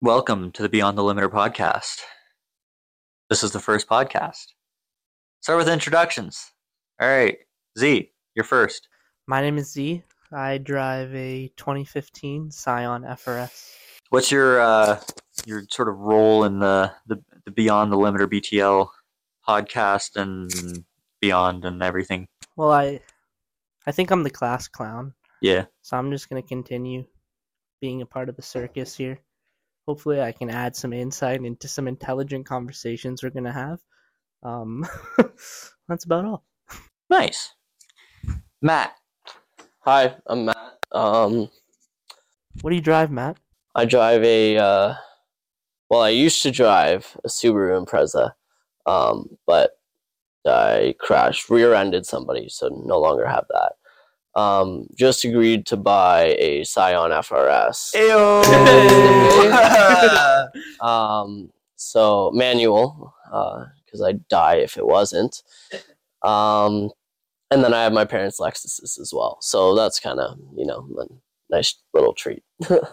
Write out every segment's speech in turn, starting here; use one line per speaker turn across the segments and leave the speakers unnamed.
Welcome to the Beyond the Limiter podcast. This is the first podcast. Start with introductions. All right, Z, you're first.
My name is Z. I drive a 2015 Scion FRS.
What's your uh, your sort of role in the, the the Beyond the Limiter BTL podcast and beyond and everything?
Well, I I think I'm the class clown,
Yeah,
so I'm just going to continue being a part of the circus here. Hopefully, I can add some insight into some intelligent conversations we're going to have. Um, that's about all.
nice. Matt,
Hi, I'm Matt. Um,
What do you drive, Matt?
I drive a. Uh, well, I used to drive a Subaru Impreza, um, but I crashed, rear-ended somebody, so no longer have that. Um, just agreed to buy a Scion FRS.
Ayo!
Um, so manual, because I'd die if it wasn't. Um, and then I have my parents' Lexuses as well, so that's kind of you know a nice little treat.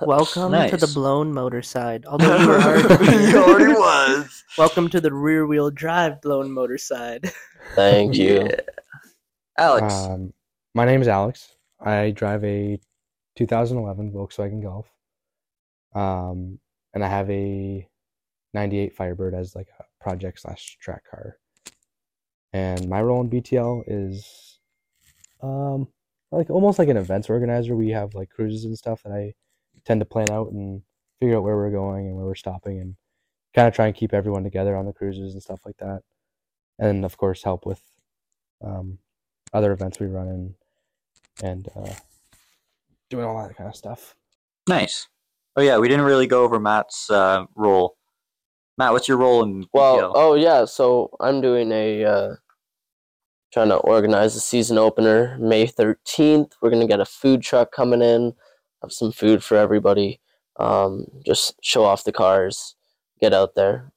Welcome to the
Nice.
blown motor side. Although you were already-
You already was.
Welcome to the rear wheel drive blown motor side.
Thank you.
Yeah. Alex,
Um, my name is Alex. I drive a 2011 Volkswagen Golf, um, and I have a 98 Firebird as like a project slash track car. And my role in BTL is, um, like almost like an events organizer. We have like cruises and stuff that I tend to plan out and figure out where we're going and where we're stopping and kind of try and keep everyone together on the cruises and stuff like that. And of course, help with um, other events we run in and uh, doing all that kind of stuff.
nice. Oh yeah, we didn't really go over Matt's uh, role. Matt, what's your role in
Well,
BTL?
oh yeah, so I'm doing a uh, trying to organize the season opener May 13th. We're gonna get a food truck coming in, have some food for everybody. Um, just show off the cars, get out there.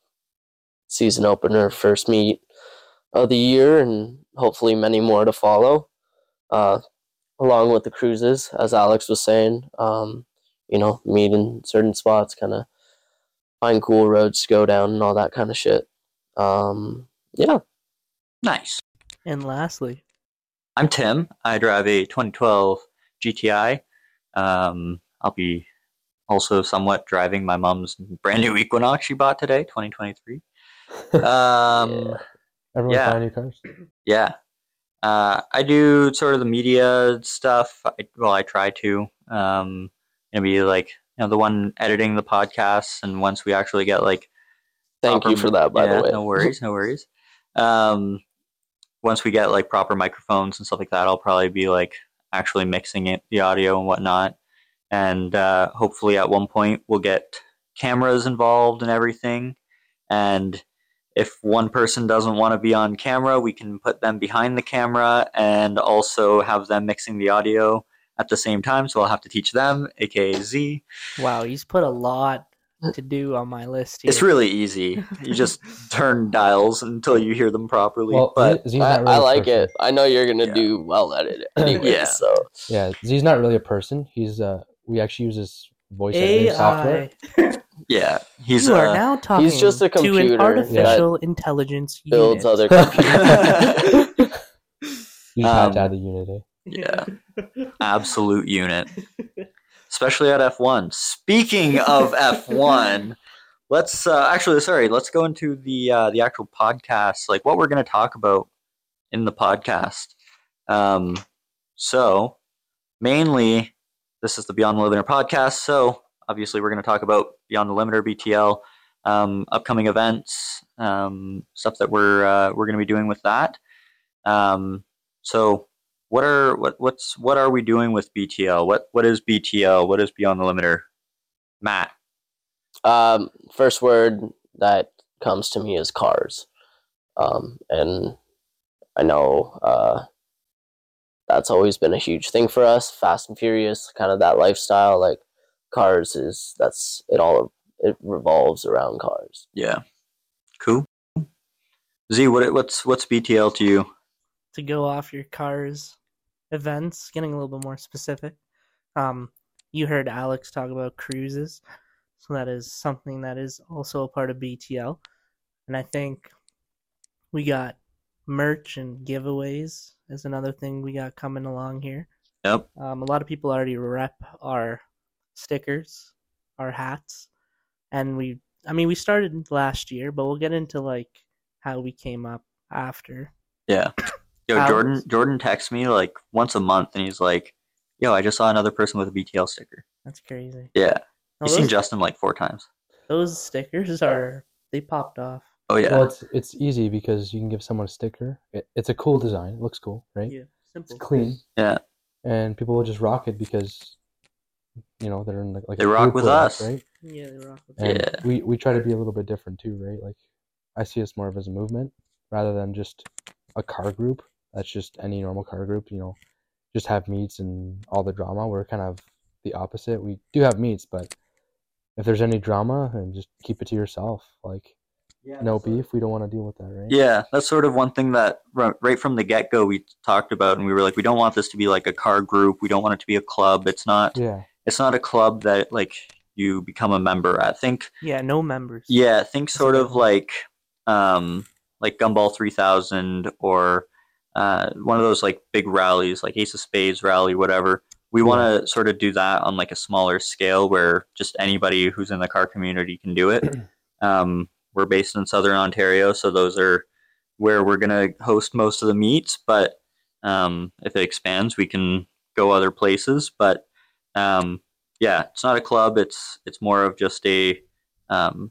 Season opener, first meet of the year, and hopefully many more to follow. Uh, along with the cruises, as Alex was saying, um, you know, meet in certain spots, kind of find cool roads to go down and all that kind of shit. Um, yeah.
nice.
And lastly,
I'm Tim. I drive a 2012 GTI. Um, I'll be also somewhat driving my mom's brand new Equinox she bought today, 2023. Um,
Everyone
Yeah.
buy new cars.
yeah. Uh, I do sort of the media stuff. I, well, I try to. Um, it'll be like you know the one editing the podcasts, and once we actually get like
Thank you
proper-
for that, by
yeah,
the way.
No worries, no worries. Um, once we get like proper microphones and stuff like that, I'll probably be like actually mixing it, the audio and whatnot. And uh, hopefully, at one point, we'll get cameras involved and everything. And if one person doesn't want to be on camera, we can put them behind the camera and also have them mixing the audio at the same time. So I'll have to teach them, aka Z.
wow, he's put a lot to do on my list here.
It's really easy. You just turn dials until you hear them properly.
Well,
but
Z- Z's
I,
not really
I
a
like
person.
it. I know you're gonna
Yeah.
do well at it anyway.
Yeah.
So
Yeah, Z's not really a person. He's uh, we actually use this voice editing software.
AI.
yeah, he's
you are
uh,
now talking
just a
to
computer
an
that
artificial intelligence
builds
unit.
other computers.
You just had
Um,
to add the unit. eh?
yeah, absolute unit, especially at F one. Speaking of F one, let's uh, actually sorry, let's go into the uh, the actual podcast, like what we're going to talk about in the podcast. Um, so mainly, this is the Beyond the Limiter podcast. So obviously, we're going to talk about Beyond the Limiter BTL, um, upcoming events, um, stuff that we're uh, we're going to be doing with that. Um, so what are what what's what are we doing with BTL? What what is BTL? What is Beyond the Limiter? Matt.
um, first word that comes to me is cars, um, and I know uh, that's always been a huge thing for us. Fast and Furious, kind of that lifestyle, like cars is that's it all. It revolves around cars.
Yeah. Cool. Z, what what's what's BTL to you?
to go off your car's events, getting a little bit more specific. Um, you heard Alex talk about cruises. So that is something that is also a part of BTL. And I think we got merch and giveaways is another thing we got coming along here.
Yep.
Um, a lot of people already rep our stickers, our hats, and we. I mean, we started last year, but we'll get into like how we came up after.
Yeah. Yo,
Alex.
Jordan Jordan texts me like once a month and he's like, Yo, I just saw another person with a BTL sticker.
That's crazy.
Yeah.
Now,
He's seen
those,
Justin like four times.
those stickers are they popped off.
Oh yeah.
Well, it's it's easy because you can give someone a sticker. It, it's a cool design. It looks cool, right?
Yeah,
It's
simple.
clean.
Yeah.
And people will just rock it because, you know, they're in like, like a
They rock
group
with us.
right?
Yeah, they rock. With
And
it.
Yeah.
we we try to be a little bit different too, right? Like, I see us more of as a movement rather than just a car group. That's just any normal car group, you know, just have meets and all the drama. We're kind of the opposite. We do have meets, but if there's any drama, and just keep it to yourself. Like, no beef. We don't want to deal with that, right?
Yeah, that's sort of one thing that ri- right from the get go we talked about, and we were like, we don't want this to be like a car group. We don't want it to be a club. It's not.
Yeah.
It's not a club that like you become a member at. Think
yeah, no members.
yeah, think
That's a
sort
good
of
one.
like um like Gumball three thousand or uh one of those like big rallies, like Ace of Spades rally, whatever. We want to sort of do that on like a smaller scale where just anybody who's in the car community can do it. um, we're based in Southern Ontario, so those are where we're gonna host most of the meets. But um, if it expands, we can go other places. But um, yeah, it's not a club. It's it's more of just a um,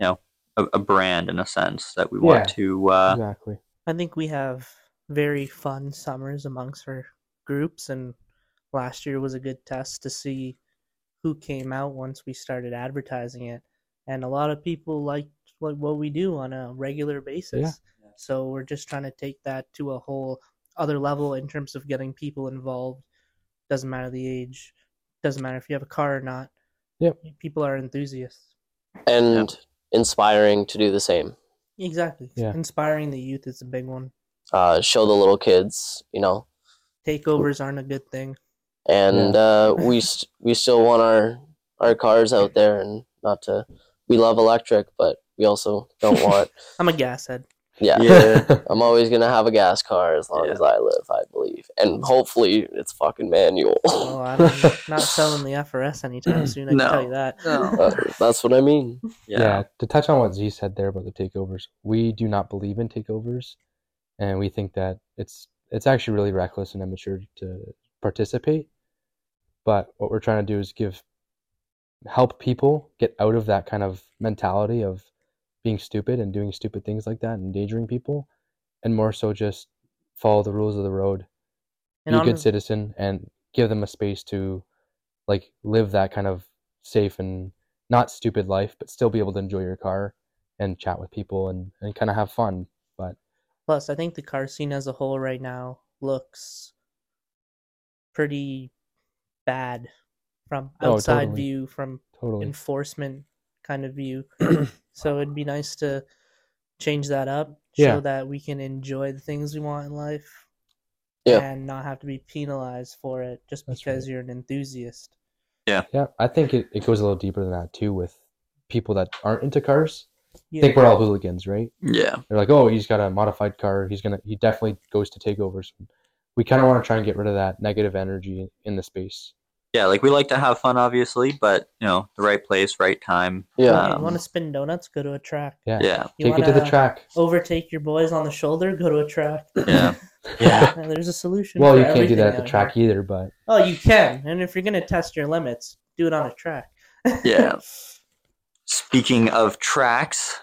you know a, a brand in a sense that we want
Yeah.
to. Uh,
exactly.
I think we have very fun summers amongst our groups, and last year was a good test to see who came out once we started advertising it. And a lot of people liked like what we do on a regular basis. So we're just trying to take that to a whole other level in terms of getting people involved. Doesn't matter the age, doesn't matter if you have a car or not.
Yep.
People are enthusiasts.
and inspiring to do the same.
Exactly.
Yeah.
Inspiring the youth is a big one.
Uh, show the little kids, you know,
Takeovers aren't a good thing.
and uh, we st- we still want our our cars out there and not to we love electric but we also don't want
I'm a gas head.
yeah,
Yeah.
i'm always gonna have a gas car as long
Yeah.
as i live i believe and hopefully it's fucking manual
Well, I'm not selling the FRS
Mm,
anytime soon. I can
No.
tell you that.
No.
Uh, that's what i mean
yeah. To touch on what Z said there about the takeovers, we do not believe in takeovers, and we think that it's it's actually really reckless and immature to participate. But what we're trying to do is give help people get out of that kind of mentality of being stupid and doing stupid things like that and endangering people, and more so just follow the rules of the road
And
be a
on
good citizen and give them a space to like live that kind of safe and not stupid life but still be able to enjoy your car and chat with people and, and kind of have fun
Plus, I think the car scene as a whole right now looks pretty bad from
Oh,
outside
totally.
view, from
totally
enforcement kind of view. so it'd be nice to change that up, show
Yeah.
that we can enjoy the things we want in life
Yeah.
and not have to be penalized for it just
That's
because
right.
you're an enthusiast.
yeah i think it, it goes a little deeper than that too with people that aren't into cars
Yeah.
think we're all hooligans right
yeah,
they're like oh he's got a modified car he's gonna he definitely goes to takeovers we kind of want to try and get rid of that negative energy in the space
yeah. Like we like to have fun, obviously, but you know, the right place, right time.
yeah
Hey, you
Um,
want to spin donuts? Go to a track.
yeah,
Yeah,
You
take it to the
wanna-
track
overtake your boys on the shoulder, go to a track.
yeah, yeah.
And There's a solution.
well
for
you can't do
everything
that at
out
the track
here.
either but
Oh, you can. And if you're gonna test your limits, do it on a track.
Yeah. Speaking of tracks,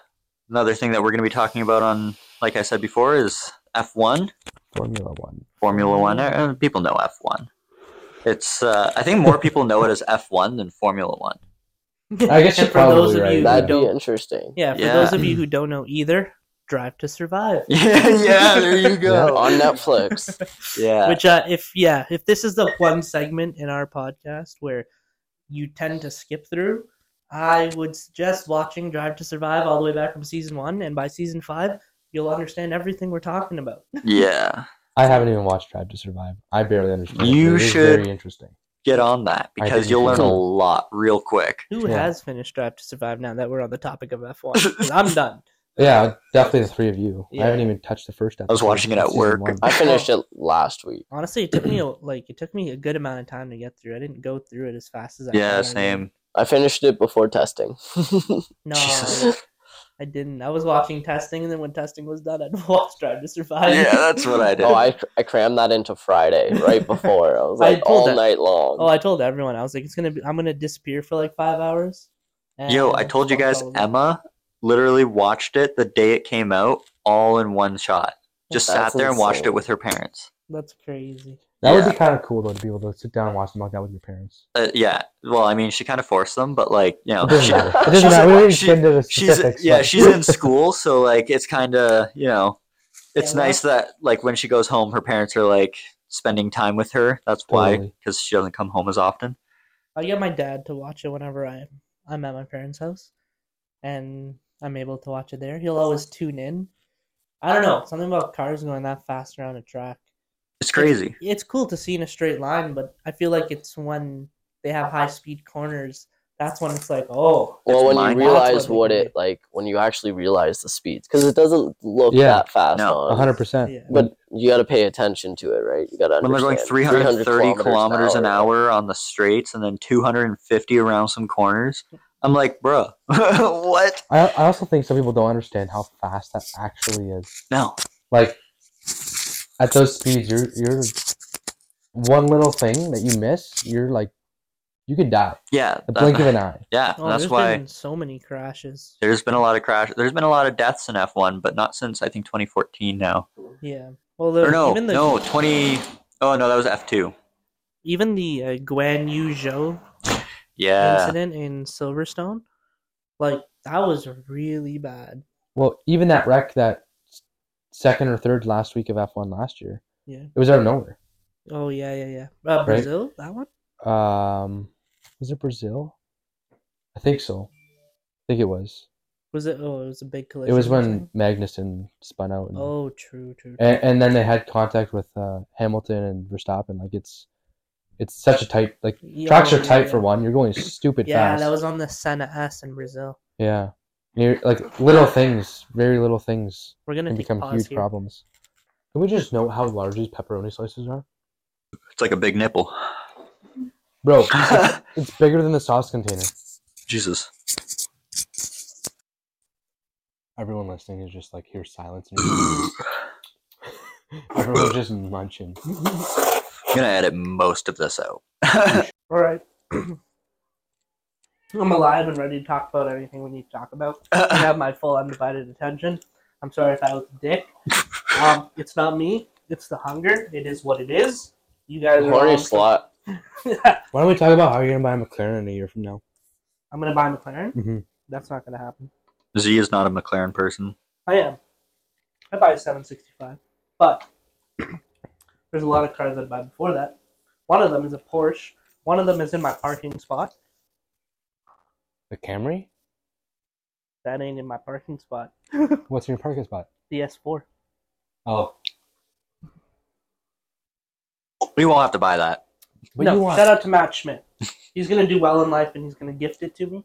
another thing that we're going to be talking about on, like I said before, is F1,
formula one
Formula One. Uh, People know F1. It's, uh, I think more people know it as F1 than Formula One.
I guess you're
And for those
probably
of
right.
you who
that'd be
don't,
interesting
yeah, for
Yeah.
those of you who don't know either, Drive to Survive.
yeah, yeah, there you go.
on netflix
Yeah.
Which, uh, if yeah, if this is the one segment in our podcast where you tend to skip through, I would suggest watching Drive to Survive all the way back from season one, and by season five, you'll understand everything we're talking about.
yeah.
I haven't even watched Drive to Survive. I barely understand. it,
You
but it is
should-
Very interesting.
get on that
I
because
think
you'll
you
learn a
should.
lot real quick.
Who
Yeah.
has finished Drive to Survive now that we're on the topic of F1? 'Cause I'm done.
Yeah, definitely the three of you.
Yeah.
I haven't even touched the first episode.
was watching it at
Season
work.
one.
I finished it last week.
Honestly, it took me a, like it took me a good amount of time to get through. I didn't go through it as fast as I
Yeah,
planned.
same.
I finished it before testing.
No,
Jesus.
I didn't. I was watching testing, and then when testing was done, I'd watch Drive to Survive.
Yeah, that's what I did.
oh, I, I crammed that into Friday right before. I was
I
like
pulled
all
that-
night long.
Oh, I told everyone. I was like, it's gonna be. I'm gonna disappear for like five hours. and
Yo, I told you
fuck
guys,
all of it.
Emma literally watched it the day it came out, all in one shot. Just
That's
sat there and watched it
insane.
with her parents.
That's crazy.
That would
Yeah.
be kind of cool though to be able to sit down and watch them like that with your parents.
Uh, yeah, well, I mean, she kind of forced them, but like, you know,
It doesn't
she-
matter. It
she's
doesn't matter. We
in-
didn't
she-
get into the
she's
specifics,
yeah,
but-
she's in school, so like, it's kind of you know, it's
Yeah, well-
nice that like when she goes home, her parents are like spending time with her. That's why
Totally.
because she doesn't come home as often.
I get my dad to watch it whenever I I'm at my parents' house, and I'm able to watch it there. He'll always tune in. I don't know something about cars going that fast around a track.
It's crazy.
It's cool to see in a straight line, but I feel like it's when they have high speed corners. That's when it's like, oh,
well, when you
mine.
realize
That's what
what
they
it like, when you actually realize the speeds, because it doesn't look
Yeah.
that fast.
No,
on it.
A hundred percent.
Yeah.
But you got to pay attention to it, right? You got to
When they're going 330 kilometers an hour on the straights and then 250 around some corners, I'm like, bruh, what?
I, I also think some people don't understand how fast that actually is.
No.
Like at those speeds, you're you're one little thing that you miss, you're like you could die.
Yeah.
The
that-
blink of an eye.
yeah.
oh
that's
there's
why
been so many crashes.
there's been a lot of crash. There's been a lot of deaths in F1, but not since I think 2014 now.
Yeah. Well, the,
Or no,
even the
no, 20. Oh no, that was F2.
even the uh, Guan Yu Zhou
Yeah.
incident in Silverstone, like that was really bad.
Well, even that wreck that second or third last week of F one last year.
Yeah.
It was out of nowhere.
Oh yeah, yeah, yeah. Uh, Brazil, that one.
Um was it Brazil? I think so. I think it was.
Was it? Oh, it was a big collision.
It was
or
when
something?
Magnuson spun out and
Oh, true, true. true.
and, and then they had contact with uh, Hamilton and Verstappen. Like it's it's such a tight like
Yeah,
tracks are
yeah,
tight
yeah.
for one. You're going stupid
Yeah,
fast.
that was on the Senna S in Brazil.
yeah. You're, like little things, very little things
We're gonna
can
take
become
pause
huge
here.
problems. Can we just note how large these pepperoni slices are?
It's like a big nipple.
Bro, it's, it's bigger than the sauce container.
Jesus.
Everyone listening is just like here's silence and everyone's just munching.
I'm gonna edit most of this out.
All right. I'm alive and ready to talk about anything we need to talk about. I have my full undivided attention. I'm sorry if I was a dick. Um, it's not me. It's the hunger. It is what it is. You guys are
Horny
all-
slot.
Why don't we talk about how you're gonna buy a McLaren in a year from now?
I'm gonna buy McLaren.
Mhm.
That's not gonna happen.
Z is not a McLaren person.
I am. I buy a 765, but there's a lot of cars that I buy before that. One of them is a Porsche. One of them is in my parking spot.
The Camry?
That ain't in my parking spot.
What's in your parking spot?
The S4.
Oh,
We won't have to buy that.
what
no,
do you want?
shout out to Matt Schmidt. He's gonna do well in life, and he's gonna gift it to me.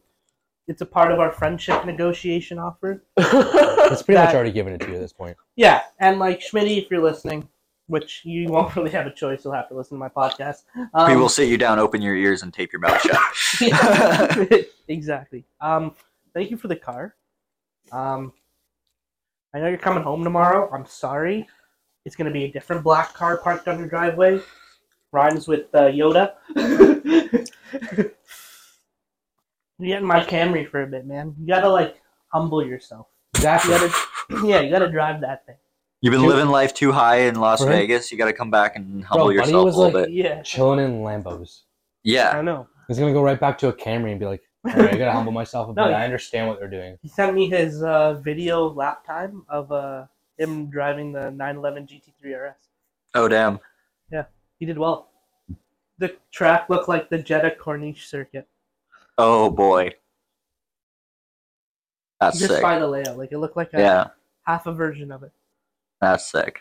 It's a part of our friendship negotiation offer.
It's pretty much
that-
already given it to you at this point.
Yeah, and like Schmitty, if you're listening, which you won't really have a choice, you'll have to listen to my podcast. Um,
we will sit you down, open your ears, and tape your mouth shut.
Yeah, exactly. Um, thank you for the car. Um, I know you're coming home tomorrow. I'm sorry. It's gonna be a different black car parked on your driveway. Rhymes with uh, Yoda. you get in my Camry for a bit, man. You gotta like humble yourself. You
Exactly.
gotta, yeah, you gotta drive that thing.
You've been
Dude.
living life too high in Las
Right.
Vegas. You got to come back and humble
Buddy
yourself
was
a little
like-
bit.
Yeah,
Chilling in
Uh,
Lambos.
Yeah,
I know.
He's gonna go right back to a Camry and be like, "All right, I gotta humble myself a
No,
bit.
you-
I understand what they're doing."
He sent me his uh, video lap time of uh, him driving the 911 GT3 RS.
Oh damn.
He did well. The track looked like the Jeddah Corniche circuit,
Oh boy. That's
just
sick.
by the layout. Like it looked like a
Yeah,
half a version of it.
that's sick.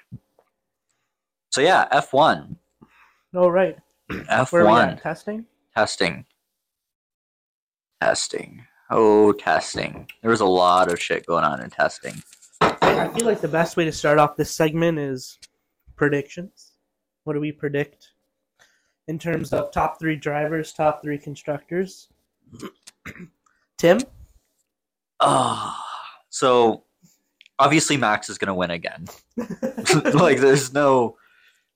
So yeah, F one.
Oh right,
F
Where are we
one
at? Testing?
testing, testing. Oh, testing. There was a lot of shit going on in testing.
I feel like the best way to start off this segment is predictions. What do we predict in terms of top three drivers, top three constructors? Tim?
Ah, so obviously Max is gonna win again. like, there's no.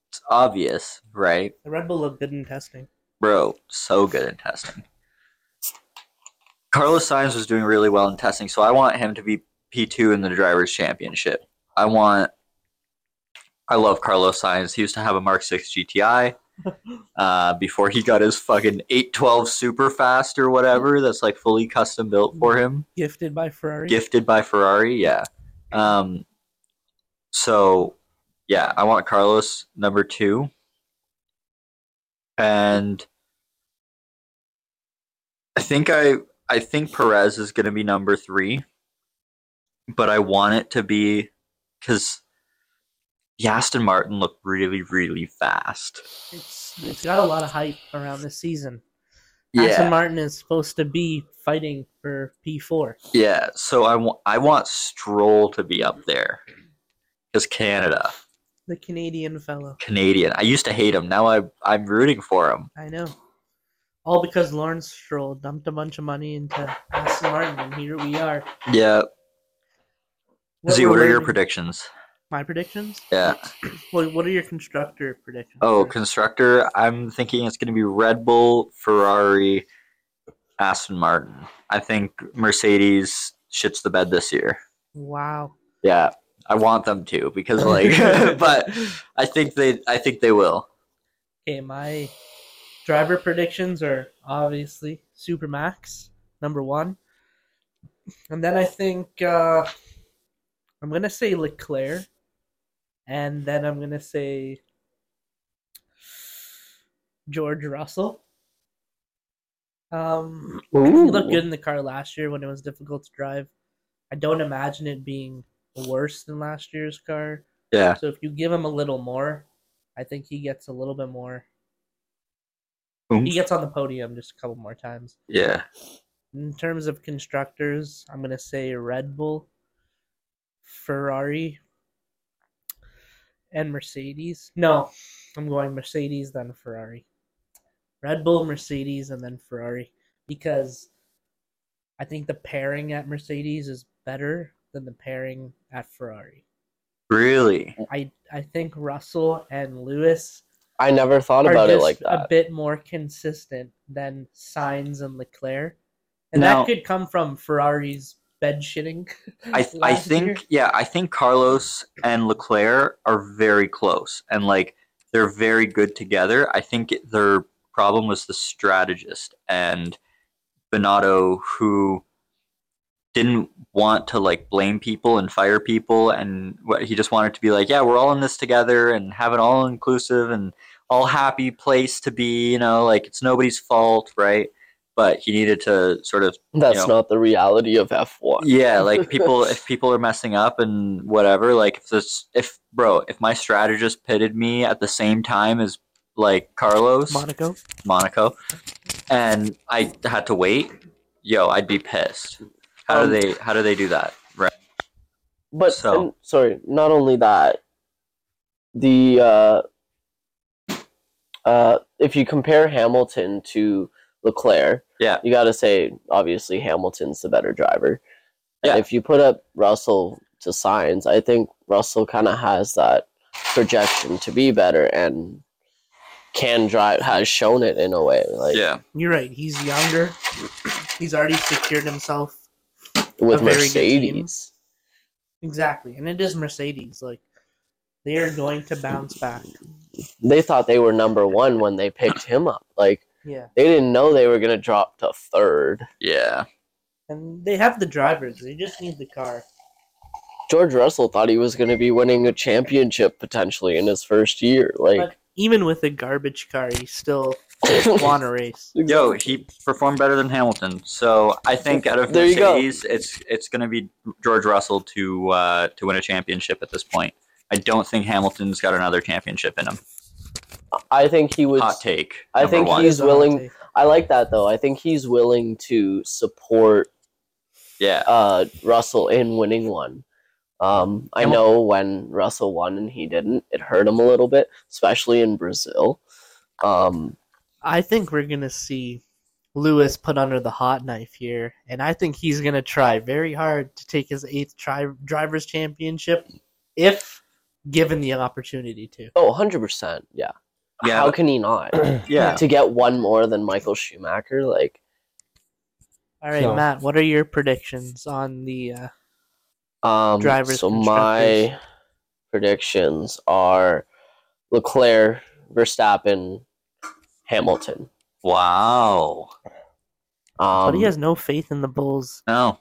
It's obvious, right,
The Red Bull looked good in testing.
bro? So good in testing. Carlos Sainz was doing really well in testing, so I want him to be P two in the drivers' championship. I want. I love Carlos Sainz. He used to have a Mark Six GTI. Uh, before he got his fucking 812 super fast or whatever, that's like fully custom built for him
Gifted by Ferrari.
gifted by Ferrari. Yeah. Um, so, yeah, I want Carlos number two, and I think I I think Perez is going to be number three, but I want it to be because the Aston Martin looked really really fast.
It's, it's got a lot of hype around this season. Aston Martin is supposed to be fighting for P4.
Yeah, so I want I want Stroll to be up there because Canada.
The Canadian fellow.
Canadian. I used to hate him. Now I I'm rooting for him.
I know. All because Lawrence Stroll dumped a bunch of money into Aston Martin, and here we are.
Yeah.
What
Z,
we're
what are your
waiting-
predictions?
My predictions?
Yeah.
Well, what are your constructor predictions?
Oh,
first?
constructor. I'm thinking it's going to be Red Bull, Ferrari, Aston Martin. I think Mercedes shits the bed this year.
wow.
Yeah. I want them to because like but I think they I think they will.
Okay, my driver predictions are obviously Supermax, number one. And then I think uh, I'm going to say Leclerc. And then I'm going to say George Russell. Um, he looked good in the car last year when it was difficult to drive. I don't imagine it being worse than last year's car.
Yeah.
So if you give him a little more, I think he gets a little bit more.
Oomph.
He gets on the podium just a couple more times.
Yeah.
In terms of constructors, I'm gonna say Red Bull, Ferrari, and Mercedes. No, I'm going Mercedes then Ferrari. Red Bull, Mercedes, and then Ferrari because I think the pairing at Mercedes is better than the pairing at Ferrari.
Really?
I I think Russell and Lewis
I never thought
are
about it
just
like that.
a bit more consistent than Signs and Leclerc, and
Now-
that could come from Ferrari's bed shitting.
I I
last
think
year.
yeah, I think Carlos and Leclerc are very close and like they're very good together. I think it- their problem was the strategist and Bonato who didn't want to like blame people and fire people and what he just wanted to be like, yeah, we're all in this together and have an all inclusive and all happy place to be, you know, like it's nobody's fault, right? But he needed to sort of
That's
you know.
not the reality of F1.
yeah like people if people are messing up and whatever like if this if bro if my strategist pitted me at the same time as like carlos
Monaco.
monaco and i had to wait yo i'd be pissed how
Um,
do they how do they do that right
But
So-
and- sorry, not only that, the uh, uh, if you compare Hamilton to Leclerc,
Yeah.
you got to say obviously Hamilton's the better driver. And
Yeah.
if you put up Russell to Signs, I think Russell kind of has that projection to be better and can drive has shown it in a way like
yeah
You're right. He's younger. He's already secured himself
with
A very good team.
Mercedes.
exactly, and it is Mercedes. Like they are going to bounce back.
They thought they were number 1 when they picked him up. Like
Yeah,
they didn't know they were going to drop to third.
yeah
and they have the drivers. They just need the car.
George Russell thought he was going to be winning a championship potentially in his first year. Like,
But even with a garbage car, he still won a race.
yo he performed better than hamilton so i think out of
There you go.
mercedes it's it's going to be george russell to uh to win a championship at this point i don't think hamilton's got another championship in him
I think he would.
Hot take.
I
number
think
one.
he's
That's all I
willing-
take.
I like that though. I think he's willing to support
Yeah.
uh, Russell in winning one. Um, I
And-
know when Russell won and he didn't, it hurt him a little bit, especially in Brazil. Um,
I think we're gonna see Lewis put under the hot knife here, and I think he's gonna try very hard to take his eighth tri- drivers' championship if given the opportunity to.
oh, 100%. Yeah.
Yeah.
How can he not?
yeah.
to get one more than Michael Schumacher, like,
All right,
So-
Matt, what are your predictions on the? Uh,
um,
Drivers,
so my
constructors.
predictions are Leclerc, Verstappen, Hamilton.
Wow.
Um,
but he has no faith in the Bulls.
No.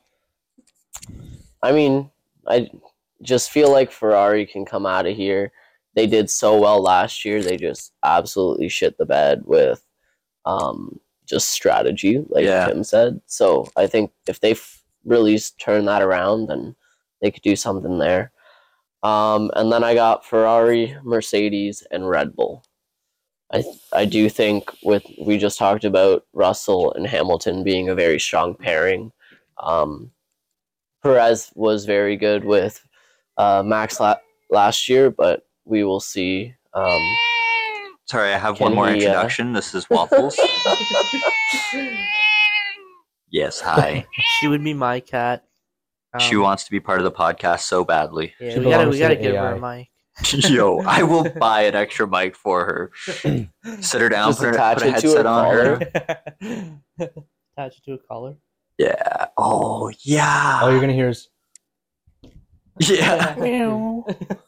I mean, I just feel like Ferrari can come out of here. They did so well last year. They just absolutely shit the bed with um, just strategy, like
Yeah.
Tim said. So I think if they f- really s- turn that around, then they could do something there. Um, and then I got Ferrari, Mercedes, and Red Bull. I th- I do think with we just talked about Russell and Hamilton being a very strong pairing. Um, Perez was very good with uh, Max la- last year, but we will see. Um,
Sorry, I have
Can
one more
we, uh,
introduction. This is Waffles. yes, hi.
She would be my cat.
she
Um,
wants to be part of the podcast so badly.
Yeah,
She
we gotta
belongs
we
to
gotta
the
give her a
AI.
mic.
Yo, I will buy an extra mic for her. Sit her down,
Just
put, her,
attach
put a
it to her
headset on her.
collar.
Attach it to a collar.
Yeah. Oh, yeah.
All you're gonna hear is
yeah.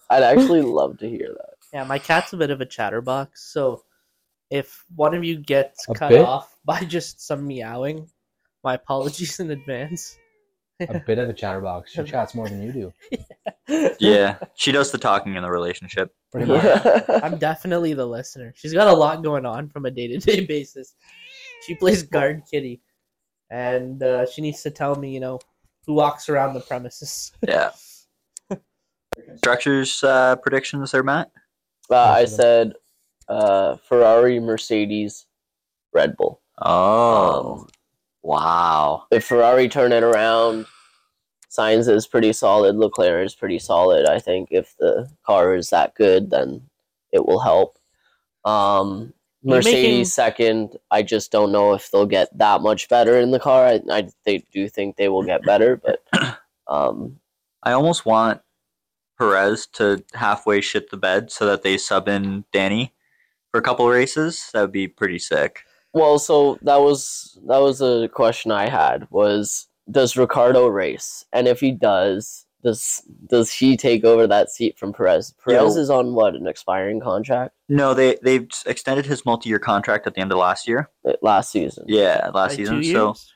I'd actually love to hear that.
Yeah, my cat's a bit of a chatterbox, so if one of you gets
A
cut
bit?
off by just some meowing, my apologies in advance.
a bit of a chatterbox. She chats more than you do.
Yeah. She does the talking in the relationship.
Pretty much.
I'm definitely the listener. She's got a lot going on from a day to day basis. She plays guard kitty, and uh, she needs to tell me, you know, who walks around the premises.
Yeah. Structures uh, predictions there, Matt?
Uh, I said uh, Ferrari, Mercedes, Red Bull. Um,
Oh. wow.
If Ferrari turn it around, Sainz is pretty solid. Leclerc is pretty solid. I think if the car is that good, then it will help. Um,
You're
Mercedes
making-
second. I just don't know if they'll get that much better in the car. I, I they do think they will get better, but um,
I almost want Perez to halfway shit the bed so that they sub in Danny for a couple races. That would be pretty sick.
Well, so that was that was a question I had was does Ricardo race? And if he does, does does he take over that seat from Perez? Perez
Yeah.
is on what, an expiring contract
No, they they've extended his multi-year contract at the end of last year.
Uh, last season.
Yeah, last
By
season.
two
So
years?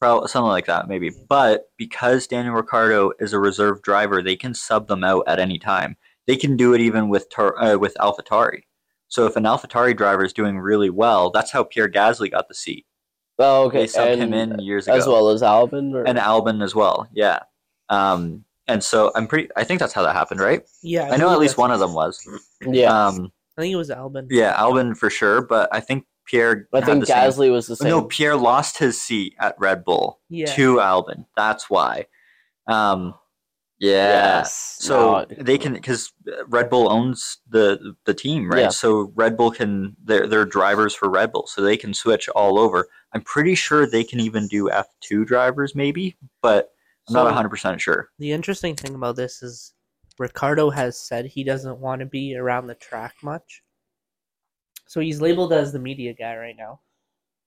probably something like that, maybe. But because Daniel Ricciardo is a reserve driver, they can sub them out at any time. They can do it even with Tar- uh, with AlphaTauri. So if an AlphaTauri driver is doing really well, that's how Pierre Gasly got the seat.
Oh,
They
okay.
subbed
and
him in years ago,
as well as Albin or
and Albin as well. Yeah. Um, and so I'm pretty. I think that's how that happened, right?
yeah,
I know
believe
at least
that's-
one of them was.
yeah.
Um,
I think it was Albin.
yeah, Albin for sure, but I think Pierre.
I
had
think
the same-
Gasly was the same.
No, Pierre lost his seat at Red Bull
yeah.
to Albin. That's why. Um, yeah.
Yes.
So
No,
they can because Red Bull owns the the team, right?
Yeah.
So Red Bull can they're they're drivers for Red Bull, so they can switch all over. I'm pretty sure they can even do F two drivers, maybe, but I'm not
So-
100 percent sure.
The interesting thing about this is Ricardo has said he doesn't want to be around the track much. So he's labeled as the media guy right now.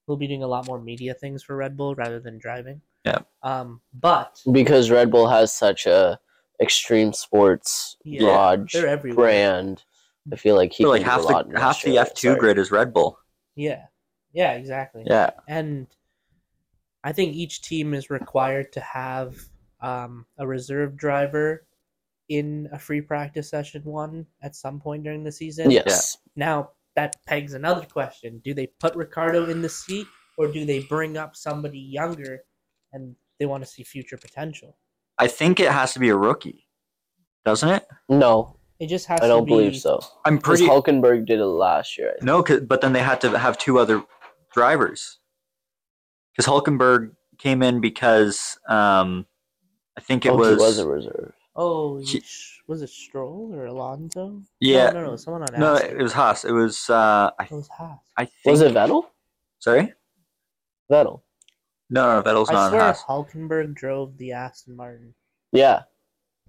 He'll be doing a lot more media things for Red Bull rather than driving.
Yeah.
Um, but
because Red Bull has such a extreme sports
Yeah.
large
they're everywhere.
brand. I feel like he
So like
can do
half
a lot
the
in
half the
Russia.
F two
Sorry.
grid is Red Bull.
Yeah. Yeah, exactly.
Yeah,
And I think each team is required to have um, a reserve driver in a free practice session one at some point during the season.
Yes.
Now that pegs another question: Do they put Ricardo in the seat, or do they bring up somebody younger, and they want to see future potential?
I think it has to be a rookie, doesn't it?
No.
It just has
I
to
don't
be.
believe so.
I'm
Because
pretty
Hulkenberg did it last year. I think.
no, 'cause- but then they had to have two other drivers because Hulkenberg came in because um, I think it
Hulk
was,
was a reserve.
Oh,
He-
sh- was it Stroll or Alonso?
yeah
No, no, no someone on
no,
Aston.
it was Haas. It was uh, I,
It was Haas.
I think
Was it Vettel?
sorry
Vettel.
no no Vettel's
I
not on
swear
Haas.
Hulkenberg drove the Aston Martin.
Yeah,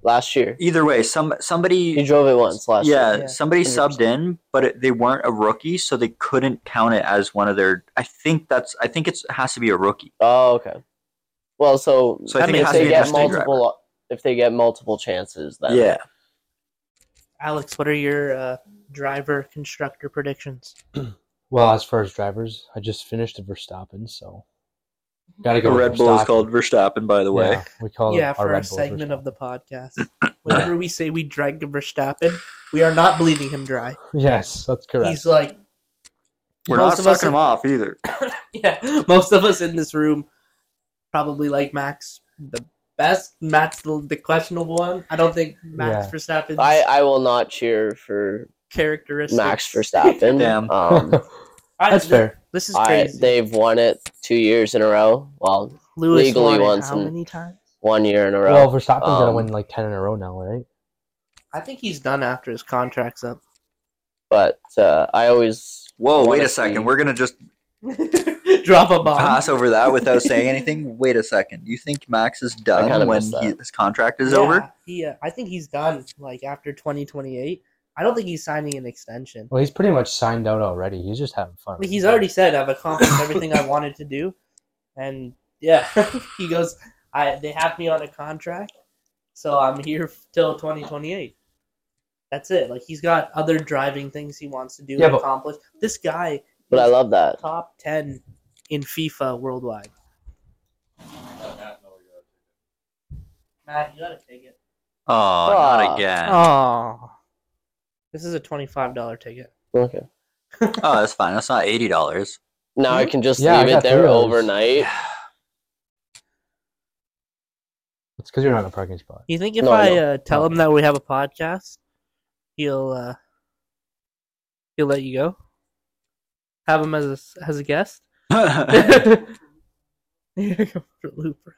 last year
Either way, some somebody
he drove it once last year.
yeah,
Yeah.
somebody
100%.
subbed in, but it, they weren't a rookie, so they couldn't count it as one of their. I think that's. I think it's has to be a rookie.
Oh, okay. Well, so,
So I
I
think it
mean, if
has to
they
be a
get
testing
multiple, if they get multiple chances, then
Alex, what are your uh, driver constructor predictions?
Well, as far as drivers, I just finished at Verstappen, so gotta
the
go. with
Red Bull is
Verstappen.
called Verstappen, by the way.
Yeah, we call
Mhm. yeah,
it
for
our
our
Red Bulls
segment of the
Verstappen.
podcast. Whenever we say we drank Verstappen, we are not bleeding him dry.
Yes, that's correct.
He's like,
We're
Most
not
of us
sucking
are-
them off either.
yeah, most of us in this room probably like Max the best. Matt's the, the questionable one. I don't think Max
Yeah.
Verstappen's
I, I will not cheer for
characteristics.
Max Verstappen.
Damn.
Um,
I-
that's fair.
This is
I,
crazy.
they've won it two years in a row. Well,
Lewis
legally
won it
once
how
and-
many times?
one year in a row.
Well, Verstappen's gonna
Um,
win like ten in a row now, right?
I think he's done after his contract's up.
but uh, I always
Whoa, wait
Wanna
a second.
see-
We're gonna just
Drop a bomb.
pass over that without saying anything. Wait a second. You think Max is
kinda
done when
missed that.
he, his contract is
Yeah,
over?
He, uh, I think he's done. Like after 2028, I don't think he's signing an extension.
Well, he's pretty much signed out already. He's just having fun.
Like, He's already said I've accomplished everything I wanted to do, and yeah, he goes. I they have me on a contract, so I'm here till 2028. That's it. Like he's got other driving things he wants to do
Yeah,
and
but-
accomplish. This guy,
But I
is
love that.
top 10 in FIFA worldwide. Matt, you gotta take it.
Oh,
Ah.
not again. Oh.
Oh, this is a twenty-five dollar ticket.
Okay.
Oh, that's fine. That's not eighty dollars.
Now I
Hmm?
can just
Yeah, I
leave
got
it there
three of those.
overnight.
It's because you're not in a parking spot.
You think if
No, I
I
know.
uh, tell him that we have a podcast, he'll uh, he'll let you go? Have him as a, s- as a guest. Here go for Looper.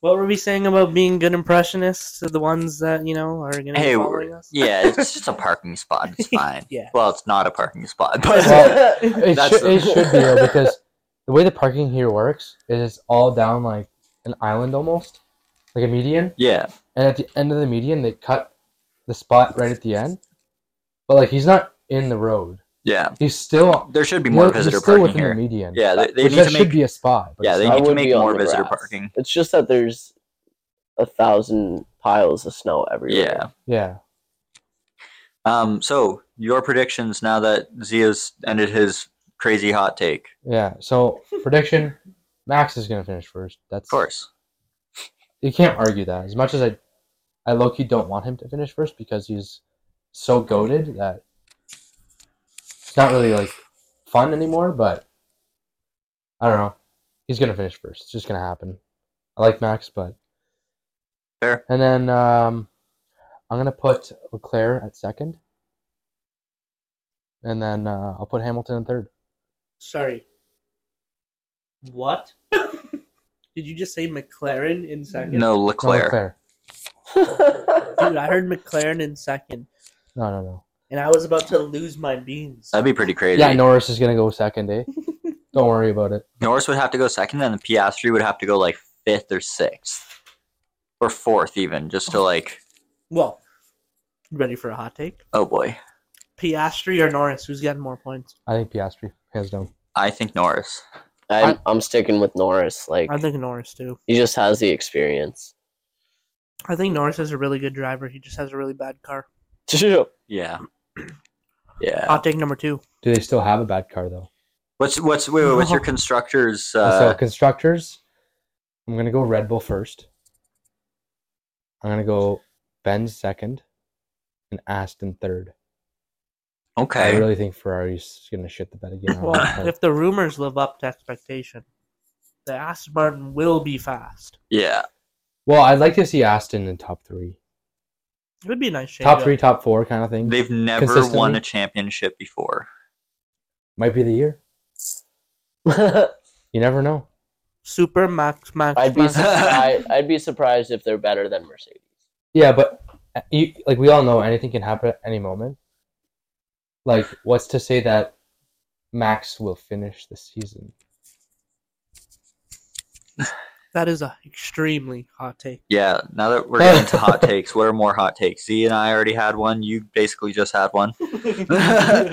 What were we saying about being good impressionists? The ones that you know are going to be
Hey,
following us.
yeah, it's just a parking spot. It's fine.
Yeah.
Well, it's not a parking spot, but
Well, It,
That's
should,
the-
it should be though, because the way the parking here works is it's all down like an island almost, like a median,
yeah.
and at the end of the median they cut the spot right at the end. But like he's not in the road.
Yeah,
He's still
there should be
you
more
know,
visitor
he's still
parking
within the
here.
median.
Yeah, they, they
which
need
that
to
should
make.
be a spot. but
Yeah,
it's
they
not.
I
need to
would
make
be on
more
the
visitor
grass.
parking.
It's just that there's a thousand piles of snow
Yeah.
everywhere.
Yeah,
Um. So your predictions now that Zia's ended his crazy hot take.
yeah. So prediction: Max is gonna finish first. That's
Of course.
you can't argue that. As much as I, I low key don't want him to finish first because he's so goaded that it's not really like fun anymore. But I don't know. He's gonna finish first. It's just gonna happen. I like Max, but
Fair.
And then um, I'm gonna put Leclerc at second, and then uh, I'll put Hamilton in third.
Sorry. What? Did you just say McLaren in second?
No,
No,
Leclerc.
Leclerc.
Dude, I heard McLaren in second,
No, no, no.
and I was about to lose my beans.
That'd be pretty crazy.
Yeah, Norris is gonna go second, eh? don't worry about it.
Norris would have to go second, and the Piastri would have to go like fifth or sixth, or fourth even, just to like.
Well, ready for a hot take?
Oh boy,
Piastri or Norris? Who's getting more points?
I think Piastri, hands down.
I think Norris.
I'm, I'm sticking with Norris. Like
I think Norris too.
he just has the experience.
I think Norris is a really good driver. He just has a really bad car.
Yeah. Yeah.
Hot take number two.
Do they still have a bad car though?
What's what's wait, wait, what's your constructors? Uh,
so constructors, I'm gonna go Red Bull first. I'm gonna go Ben second, and Aston third. I
okay.
really think Ferrari's gonna shit the bed again. on
Well,
that part.
if the rumors live up to expectation, the Aston Martin will be fast.
Yeah.
well, I'd like to see Aston in top three.
It would be a nice change.
top
up.
three, top four kind of thing.
They've never
Consistently.
won a championship before.
Might be the year. You never know.
Super Max Max.
I'd be
Max.
surprised, I'd be surprised if they're better than Mercedes.
Yeah, but uh, you, like we all know, anything can happen at any moment. Like, what's to say that Max will finish the season?
that is a extremely hot take.
Yeah, now that we're getting to hot takes, what are more hot takes? Z and I already had one. You basically just had one.
All right,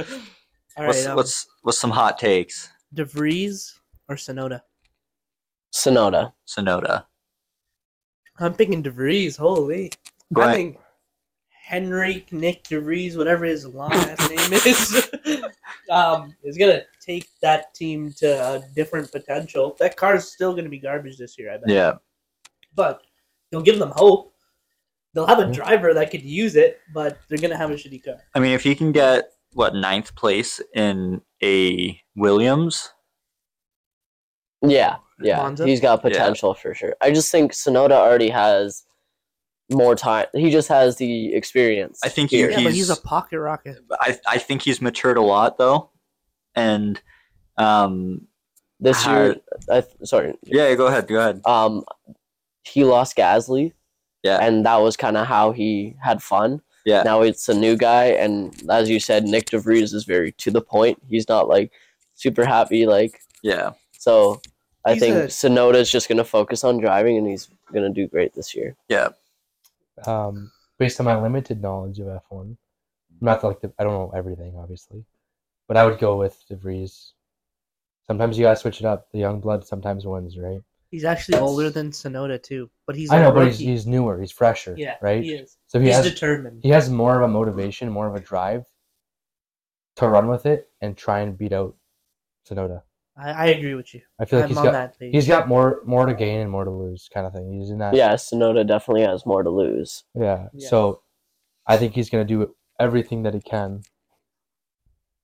what's, what's what's some hot takes?
DeVries or Sonoda?
Sonoda.
Sonoda.
I'm picking DeVries. Holy,
Go
I
ahead.
think Henrik Nick DeVries, whatever his long ass name is, um, is gonna take that team to a different potential. That car's still gonna be garbage this year, I bet.
Yeah,
but he'll give them hope. They'll have a
Yeah.
driver that could use it, but they're gonna have a shitty car.
I mean, if he can get what ninth place in a Williams,
Yeah, yeah.
Monza?
He's got
Yeah.
potential for sure. I just think Sonoda already has more time. He just has the experience.
I think you-
here.
Yeah, but he's
he's-
a pocket rocket.
I I think he's matured a lot though, and um,
this year. I th- sorry.
yeah, go ahead, go ahead.
Um, he lost Gasly.
Yeah.
And that was kind of how he had fun.
Yeah.
Now it's a new guy, and as you said, Nick DeVries is very to the point. He's not like super happy like
Yeah,
So I
He's
think
a-
Sonoda is just going to focus on driving, and he's going to do great this year.
Um, based on my limited knowledge of F one, not that, like the, I don't know everything, obviously, but I would go with DeVries. Sometimes you gotta switch it up. The young blood sometimes wins, right?
He's actually older than Sonoda too, but he's
I
a
know, but he's,
rookie.
he's newer, he's fresher,
yeah,
right?
He is.
So he
He's
has
determined.
he has more of a motivation, more of a drive to run with it and try and beat out Sonoda.
I, I agree with you.
I feel like
I'm
he's
on
got
that page.
he's got more more to gain and more to lose, kind of thing. He's in that
Yeah, Sonoda definitely has more to lose.
yeah.
Yeah.
So I think he's gonna do everything that he can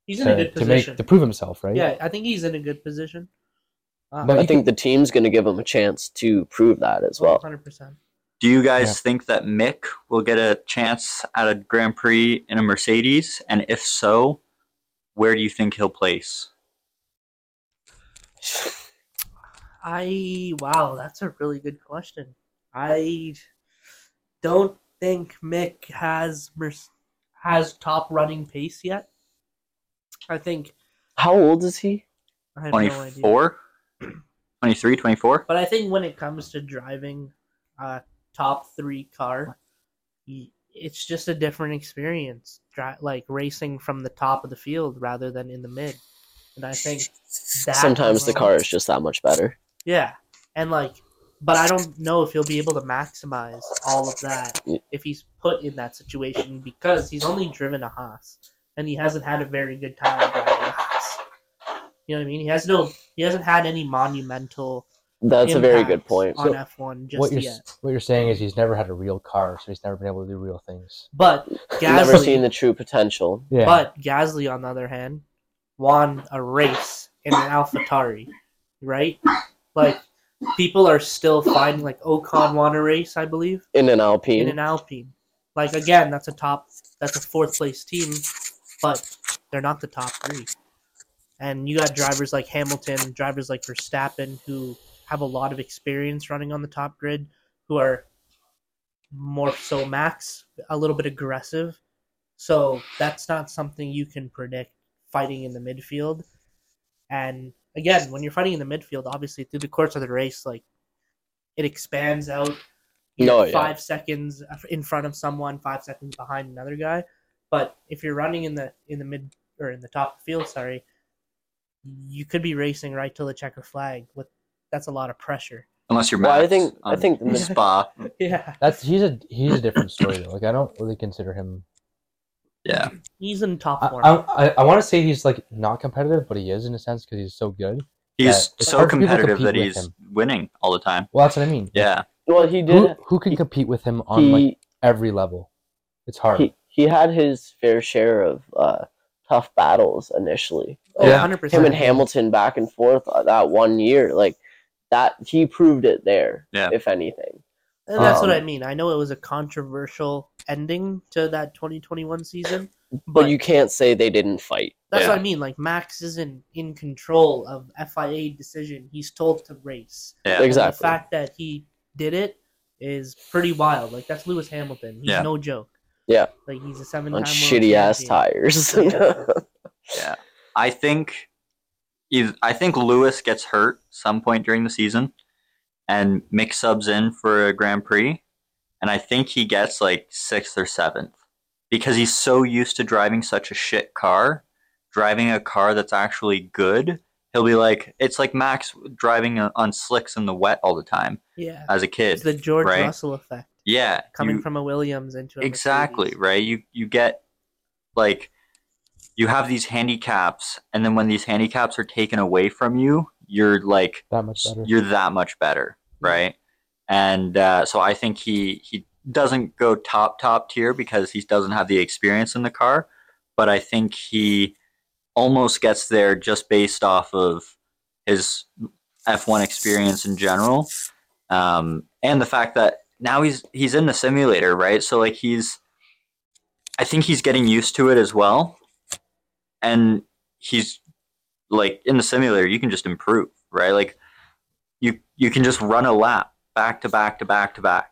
He's in a
to,
good
to make
position.
to prove himself, right?
yeah, I think he's in a good position. Uh,
But
I
you
think the team's going to give him a chance to prove that as well.
hundred percent.
do you guys think that Mick will get a chance at a Grand Prix in a Mercedes? And if so, where do you think he'll place?
I wow, that's a really good question. I don't think Mick has mer- has top running pace yet. I think
How old is he?
I have no idea.
24? 23, 24?
But I think when it comes to driving a top three car, y- it's just a different experience. Dri- like racing from the top of the field rather than in the mid. And I think that
Sometimes the
alone-
car is just that much better.
Yeah, and like, but I don't know if he'll be able to maximize all of that
Yeah.
if he's put in that situation because he's only driven a Haas and he hasn't had a very good time driving a Haas. You know what I mean? He has no, he hasn't had any monumental.
That's a very good
impacts
point.
on
So,
F one
what
just
you're
yet.
s- what you're saying is he's never had a real car, so he's never been able to do real things.
But
Never
Gasly-
seen the true potential.
Yeah,
but Gasly on the other hand won a race in an AlphaTauri, right? Like people are still finding like Ocon won a race, I believe.
In an
in
Alpine,
an Alpine. Like again, that's a top, that's a fourth place team, but they're not the top three. And you got drivers like Hamilton, drivers like Verstappen, who have a lot of experience running on the top grid, who are more so max, a little bit aggressive. So that's not something you can predict fighting in the midfield. And again, when you're fighting in the midfield, obviously through the course of the race, like it expands out. You're
No, yeah.
five seconds in front of someone, five seconds behind another guy. But if you're running in the in the mid or in the top of the field, sorry, you could be racing right till the checker flag. With that's a lot of pressure.
Unless you're
Well, I
Max
think- I
on
think the-
Spa.
Yeah,
that's he's a he's a different story though. Like I don't really consider him
Yeah.
he's in
I,
top form.
I, I want to say he's like not competitive, but he is in a sense because he's so good.
He's
Yeah.
so
Hard for people to
competitive
compete
that
with
he's
him.
winning all the time.
Well, that's what I mean.
Yeah.
Well, he
Who,
did.
who can compete with him on like
He,
every level? It's hard.
he he had his fair share of uh, tough battles initially.
Oh,
Yeah.
100%.
him and uh, Hamilton back and forth that one year, like that he proved it there.
Yeah.
If anything,
And that's what
Um,
I mean. I know it was a controversial ending to that 2021 season.
But you can't say they didn't fight.
That's
Yeah.
what I mean. Like Max isn't in control of FIA decision. He's told to race.
Yeah.
And
Exactly.
the fact that he did it is pretty wild. Like that's Lewis Hamilton. He's
Yeah.
no joke.
Yeah.
Like he's a seven-time
on
world
shitty ass
champion.
tires.
I think eith- I think Lewis gets hurt some point during the season and Mick subs in for a Grand Prix and I think he gets like 6th or 7th because he's so used to driving such a shit car driving a car that's actually good he'll be like it's like Max driving on- on slicks in the wet all the time
Yeah.
as a kid
It's the George
right?
Russell effect
yeah
coming
you-
from a Williams into a
exactly
Mercedes.
right you you get like you have these handicaps and then when these handicaps are taken away from you you're like
That much
s-
better.
you're that much better right and uh, so i think he he doesn't go top top tier because he doesn't have the experience in the car but i think he almost gets there just based off of his f1 experience in general um, and the fact that now he's he's in the simulator right so like he's i think he's getting used to it as well and he's like in the simulator you can just improve right like you you can just run a lap back to back to back to back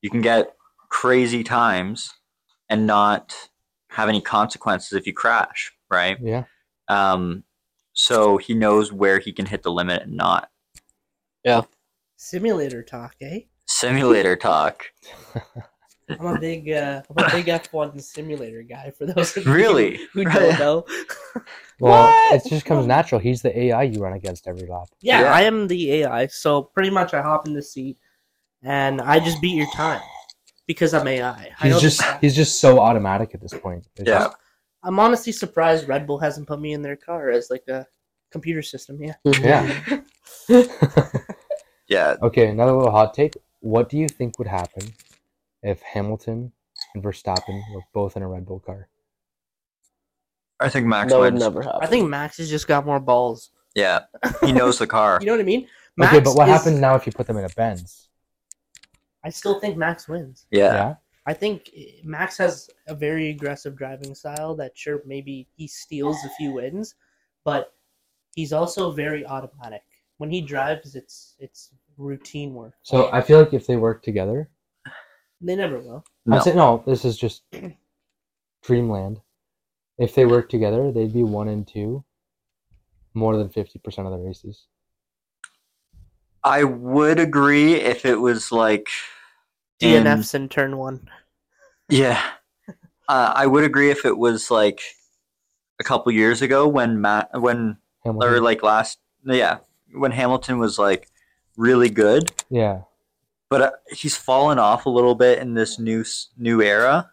you can get crazy times and not have any consequences if you crash right
Yeah.
um so he knows where he can hit the limit and not
Simulator talk, eh?
simulator talk
I'm a big, uh, I'm a big F1 simulator guy. For those of you
Really?
who
Right.
don't know,
Well,
What?
it just comes natural. He's the AI you run against every lap.
yeah,
Yeah.
I am the AI. So pretty much, I hop in the seat and I just beat your time because I'm AI. I
He's
don't-
just he's just so automatic at this point. It's
Yeah.
just-
I'm honestly surprised Red Bull hasn't put me in their car as like a computer system. Yeah,
Yeah.
yeah
okay, another little hot take. What do you think would happen if Hamilton and Verstappen were both in a Red Bull car?
i think max
that would
wins
never happen.
I think Max has just got more balls.
yeah he knows the car
You know what I mean? Max
okay, but what
is-
happens now if you put them in a Benz?
I still think Max wins.
yeah
I think Max has a very aggressive driving style that sure maybe he steals a few wins, but he's also very automatic. When he drives it's it's routine work.
So I feel like if they work together,
They never will.
No.
I'm saying no. This is just dreamland. If they work together, they'd be one and two more than fifty percent of the races.
I would agree if it was like in-
DNF's in turn one.
Yeah, uh, I would agree if it was like a couple years ago when Matt, when
Hamilton.
or like last, yeah, when Hamilton was like really good,
yeah.
but uh, he's fallen off a little bit in this new s- new era,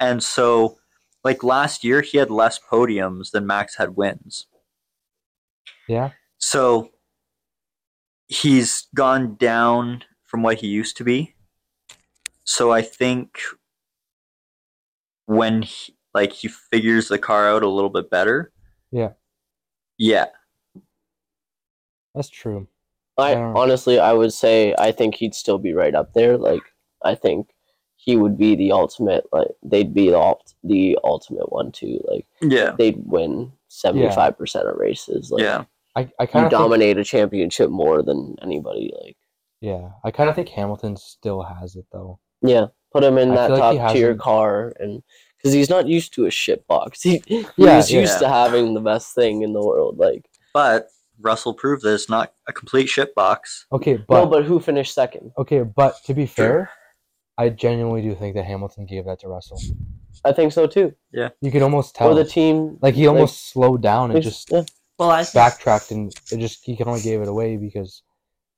and so like last year he had less podiums than Max had wins.
Yeah.
So he's gone down from what he used to be. So I think when he, like he figures the car out a little bit better.
Yeah.
Yeah.
That's true.
I
Yeah.
honestly, I would say I think he'd still be right up there. Like I think he would be the ultimate. Like they'd be the ult- the ultimate one too. Like
Yeah.
they'd win seventy five percent of races. Like
Yeah.
I, I
you
kind of
dominate a championship more than anybody. Like
yeah. I kind of think Hamilton still has it though.
yeah, put him in
I
that
feel like he
top tier
hasn't-
car and. Because he's not used to a shit box. He, he's
Yeah,
yeah.
used to having the best thing in the world. Like
But Russell proved that it's not a complete shitbox.
Okay, but,
no, but who finished second?
okay, but to be fair, I genuinely do think that Hamilton gave that to Russell.
I think so too.
You could almost tell.
Or the team.
like he almost slowed down and
like,
just
yeah,
Well I
backtracked and it just he only gave it away because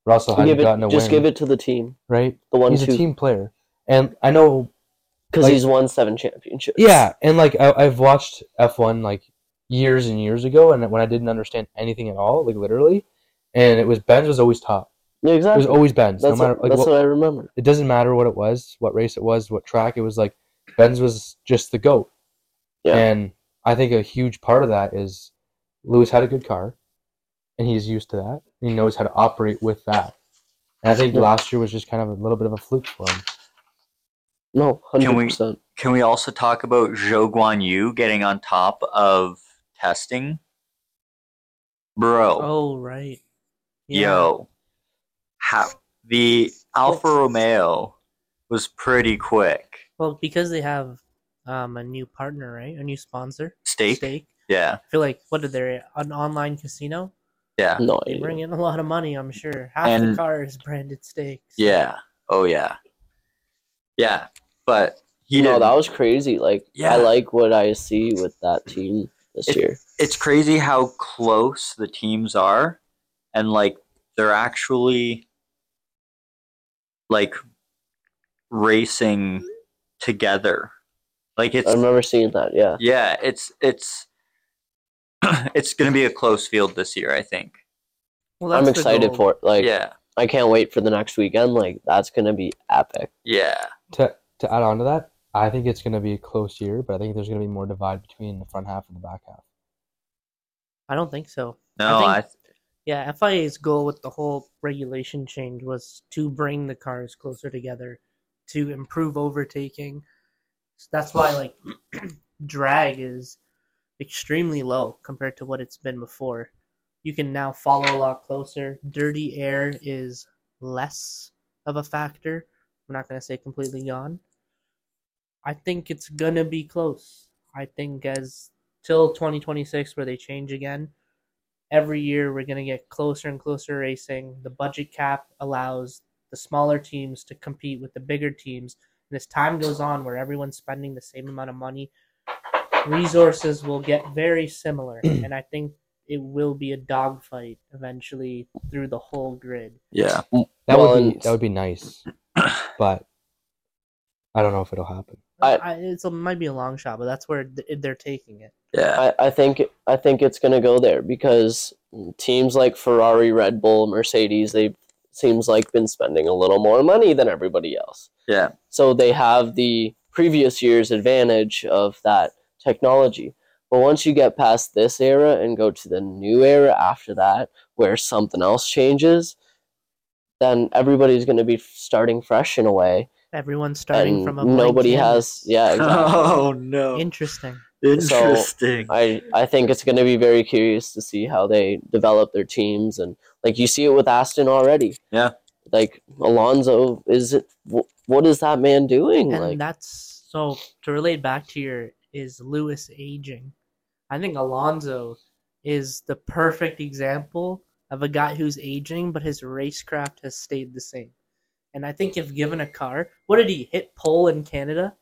Russell hadn't
give it,
gotten a
just
win.
give it to the team.
right.
The one
He's
two
a team player, and I know
because
Like-
he's won seven championships.
Yeah, and like I, I've watched F one like years and years ago, and when I didn't understand anything at all, like literally, and it was Benz was always top.
Yeah,
It was
exactly.
always Benz,
that's
no matter
what,
like
that's
what,
what I remember.
it doesn't matter what it was, what race it was, what track it was. Like Benz was just the goat,
Yeah.
and I think a huge part of that is Lewis had a good car, and he's used to that. He knows how to operate with that, And I think last year was just kind of a little bit of a fluke for him.
No,
Can we-
hundred percent.
Can we also talk about Zhou Guan Yu getting on top of testing? Bro,
Oh right.
yo, how, the Alfa Romeo was pretty quick.
Well, because they have um, a new partner, right? A new sponsor.
Stake? Yeah,
I feel like what did they an online casino?
yeah,
No,
They
idea.
bring in a lot of money, I'm sure. Half the
And-
car is branded stakes.
yeah. Oh yeah, yeah. But he
no,
didn't.
that was crazy. Like
Yeah.
I like what I see with that team this
It-
year.
it's crazy how close the teams are and like they're actually like racing together like
I
it's
remember seeing that. Yeah,
yeah it's it's it's gonna be a close field this year i think
Well,
I'm excited for it. Like
yeah
I can't wait for the next weekend. Like that's gonna be epic.
yeah
To to add on to that, I think it's going to be a close year, but I think there's going to be more divide between the front half and the back half.
I don't think so.
no
think-
i,
Yeah, FIA's goal with the whole regulation change was to bring the cars closer together, to improve overtaking. So that's why like drag is extremely low compared to what it's been before. You can now follow a lot closer. Dirty air is less of a factor. I'm not gonna say completely gone. I think it's gonna be close. I think as till 2026 where they change again every year we're going to get closer and closer racing. The budget cap allows the smaller teams to compete with the bigger teams. And as time goes on, where everyone's spending the same amount of money, resources will get very similar. and I think it will be a dogfight eventually through the whole grid.
yeah
That
Well,
would be
and-
that would be nice, but I don't know if it'll happen.
I-
I, it's, it might be a long shot, but that's where th- they're taking it.
yeah
I, I think I think it's gonna go there because teams like Ferrari, Red Bull, Mercedes, they seems like been spending a little more money than everybody else.
yeah
So they have the previous year's advantage of that technology. But once you get past this era and go to the new era after that, where something else changes, then everybody's going to be starting fresh in a way,
Everyone's starting
and
from a blank
nobody has.
canvas.
Yeah, exactly.
oh no
Interesting.
interesting
I I think it's going to be very curious to see how they develop their teams and like you see it with Aston already.
Yeah.
Like Alonso is it wh- what is that man doing?
And
like
that's so to relate back to your is Lewis aging. I think Alonso is the perfect example of a guy who's aging, but his racecraft has stayed the same. And I think if given a car, what did he hit pole in Canada?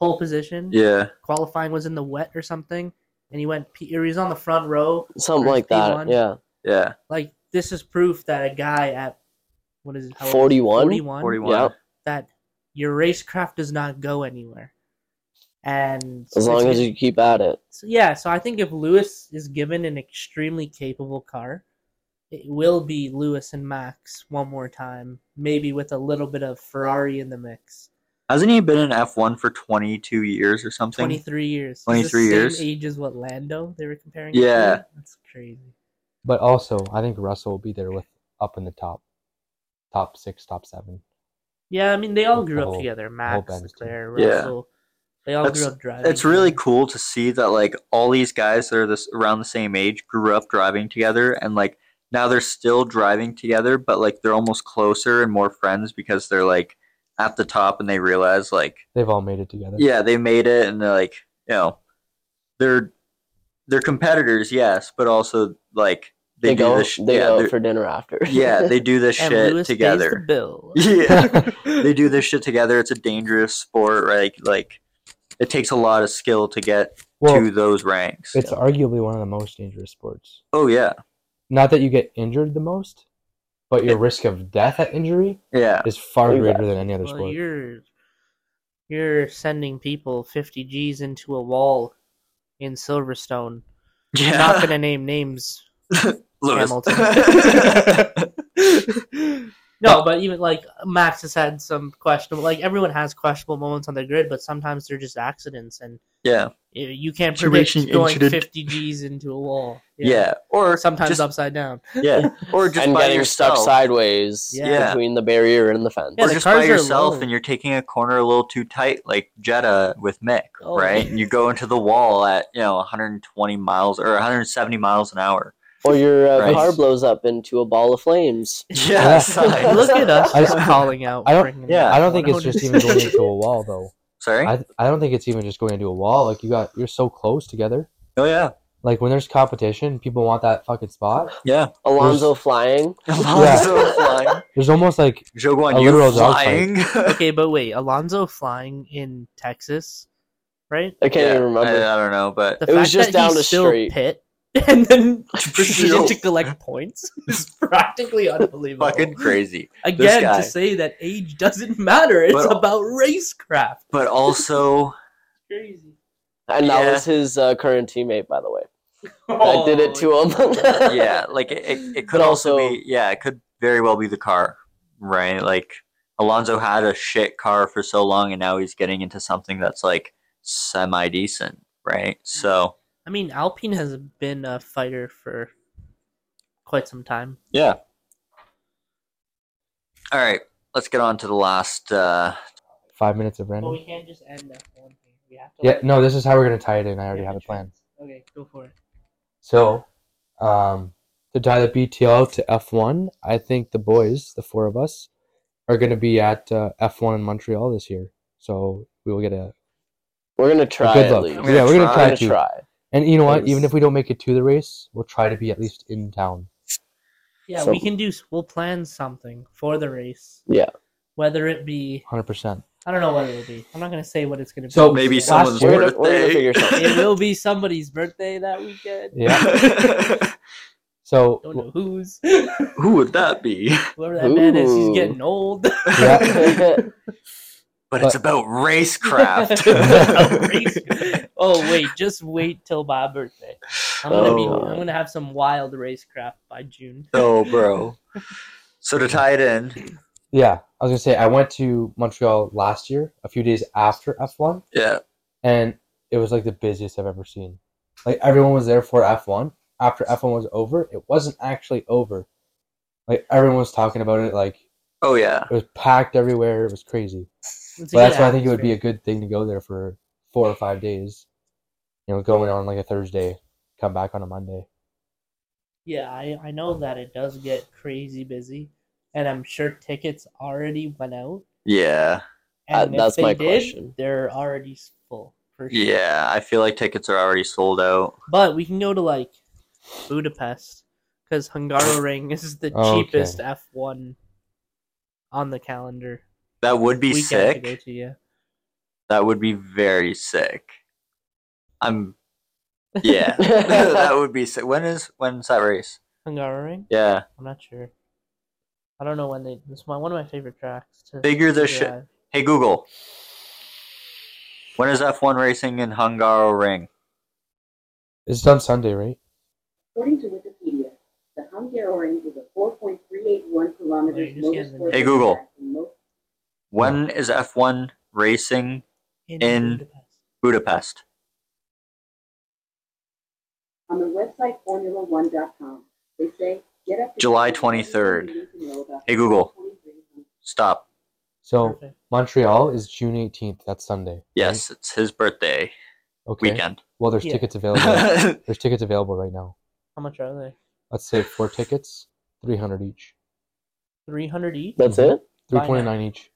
Pole position.
yeah
Qualifying was in the wet or something, and he went. P- or he was on the front row.
something like that.
P1.
Yeah.
yeah
Like this is proof that a guy at what is it? how old is he?
41?
41
41
Yep.
that your racecraft does not go anywhere. And
As long as you keep at it.
so, yeah, so I think if Lewis is given an extremely capable car, it will be Lewis and Max one more time, maybe with a little bit of Ferrari in the mix.
hasn't he been in f1 for 22 years or something
Twenty three years, He's
23
the
years.
same age as what Lando they were comparing. him to?
Yeah.
that's crazy.
But also, I think Russell will be there with up in the top, top six, top seven.
Yeah, I mean they all grew
The
up
whole-
together.
whole
Max,
Benz team.
Leclerc,
Yeah.
Russell, they all
That's-
grew up driving.
it's really
together.
cool to see that like all these guys that are this around the same age grew up driving together and like now they're still driving together but like they're almost closer and more friends because they're like at the top and they realize like
They've all made it together.
yeah they made it and they're like you know they're they're competitors yes but also like they,
They,
do
go
this sh-
they
yeah,
go
they're-
out for dinner after.
yeah they do this
And
shit
Lewis pays the
together
bill.
yeah they do this shit together it's a dangerous sport right like it takes a lot of skill to get
well,
to those ranks.
it's arguably one of the most dangerous sports.
oh yeah,
Not that you get injured the most, but your risk of death at injury
yeah,
is far
Exactly.
greater than any other
Well,
sport.
you're you're sending people 50 G's into a wall in Silverstone.
yeah.
Not gonna name names.
Lewis.
No, but even like Max has had some questionable. Like everyone has questionable moments on the grid, but sometimes they're just accidents, and
yeah,
You- You can't predict
Situation
going
incident.
50 G's into a wall.
Yeah,
Or
or
sometimes
just,
upside down.
yeah, or just
and
by
getting
yourself.
stuck sideways
Yeah.
between the barrier and the fence.
Yeah,
or
the
just
cars
by
are
yourself
low.
and you're taking a corner a little too tight like Jetta with Mick,
Oh.
right? And you go into the wall at, you know, 120 miles or 170 miles an hour.
Or your uh,
Right.
car blows up into a ball of flames.
Yeah,
Yeah.
signs.
Look at us
I-
just calling out.
I don't-
bringing
yeah,
that
I don't think
one
it's
out.
just even going into a wall though.
Sorry?
I I don't think it's even just going into a wall. Like you got you're so close together.
oh yeah.
Like when there's competition, people want that fucking spot.
Yeah.
Alonzo flying.
Alonso flying.
There's almost like
Joguan,
A
you
literal dogfight.
flying.
okay, but wait, Alonzo flying in Texas, right?
I can't
Yeah,
even remember.
I, uh, I don't know, but
The
It was just down
he
the
still
street.
pit and then
Yo.
proceeded to collect points is practically unbelievable.
fucking crazy.
Again,
guy.
to say that age doesn't matter. It's
But-
about racecraft.
But also,
Crazy.
and that
Yeah.
was his uh, current teammate, by the way. I did
Oh,
it to him.
yeah, like it, it, it could
But
also,
also-
be, yeah, it could very well be the car, right? Like Alonso had a shit car for so long, and now he's getting into something that's like semi decent, right? So
I mean, Alpine has been a fighter for quite some time.
yeah. All right, let's get on to the last. Uh,
five minutes of random.
can't just end that one thing. We have to.
Yeah, no, this is how we're gonna tie it in. I already have a plan.
Okay, go for it.
So, um, to tie the BTL to F1, I think the boys, the four of us, are going to be at uh, F1 in Montreal this year. So we will get a,
We're gonna
a
try
good
at
look.
least.
I'm gonna
Yeah, we're going
try.
to
We're gonna
try to.
try.
And you know what? Even
Thanks.
if we don't make it to the race, we'll try to be at least in town.
Yeah,
So-
we can do. We'll plan something for the race.
Yeah.
Whether it be,
100%.
I don't know what it'll be. I'm not gonna say what it's gonna be.
So
maybe
Last
someone's
year-
We're gonna- we're gonna
birthday.
figure something.
it will be somebody's birthday that weekend.
Yeah. So,
Don't know whose.
Who would that be?
Whoever that man is, he's
Ooh.
getting old.
Yeah.
But it's about racecraft.
Racecraft. oh wait, just wait till my birthday. I'm gonna
Oh.
be. I'm gonna have some wild racecraft by June.
oh, bro. So to tie it in,
yeah, I was going to say, I went to Montreal last year, a few days after F1,
yeah,
and it was like the busiest I've ever seen. Like everyone was there for F1. After F1 was over, it wasn't actually over. Like everyone was talking about it. Like
oh yeah,
it was packed everywhere. It was crazy.
It's a good
But that's why I think it would be a
atmosphere.
good thing to go there for four or five days. You know, going on like a Thursday, come back on a Monday.
Yeah, I, I know that it does get crazy busy, and I'm sure tickets already went out.
yeah,
Uh,
And if
that's
they
my
did,
question.
They're already full. For sure.
yeah. I feel like tickets are already sold out.
But we can go to like Budapest because Hungaroring is the
Okay.
cheapest F1 on the calendar.
That would be
weekend
sick.
to go to, yeah.
That would be very sick. I'm. Yeah, that would be sick. When is when's that race?
Hungaroring?
Yeah,
I'm not sure. I don't know when they. This is my, one of my favorite tracks. To
figure
to
this shit.
drive.
Hey Google. When is F1 racing in Hungaro Ring?
It's on Sunday, right?
According to Wikipedia, the Hungaroring is a 4.381 kilometers
Oh, you're just getting
motorsport
Hey, Google.
track in most
When is F1 racing in-
Budapest.
Budapest?
on the website formula1.com. They say get up to
July 23rd.
You need to know about
Hey, Google.
23.
Stop.
So
Perfect.
Montreal is June eighteenth. That's Sunday.
Yes, it's his birthday
right? Okay.
weekend.
Well, there's
Yeah.
tickets available. there's tickets available right now.
How much are they?
Let's say four tickets, three hundred each.
300 each?
That's it.
Three
Why
twenty
not?
nine each.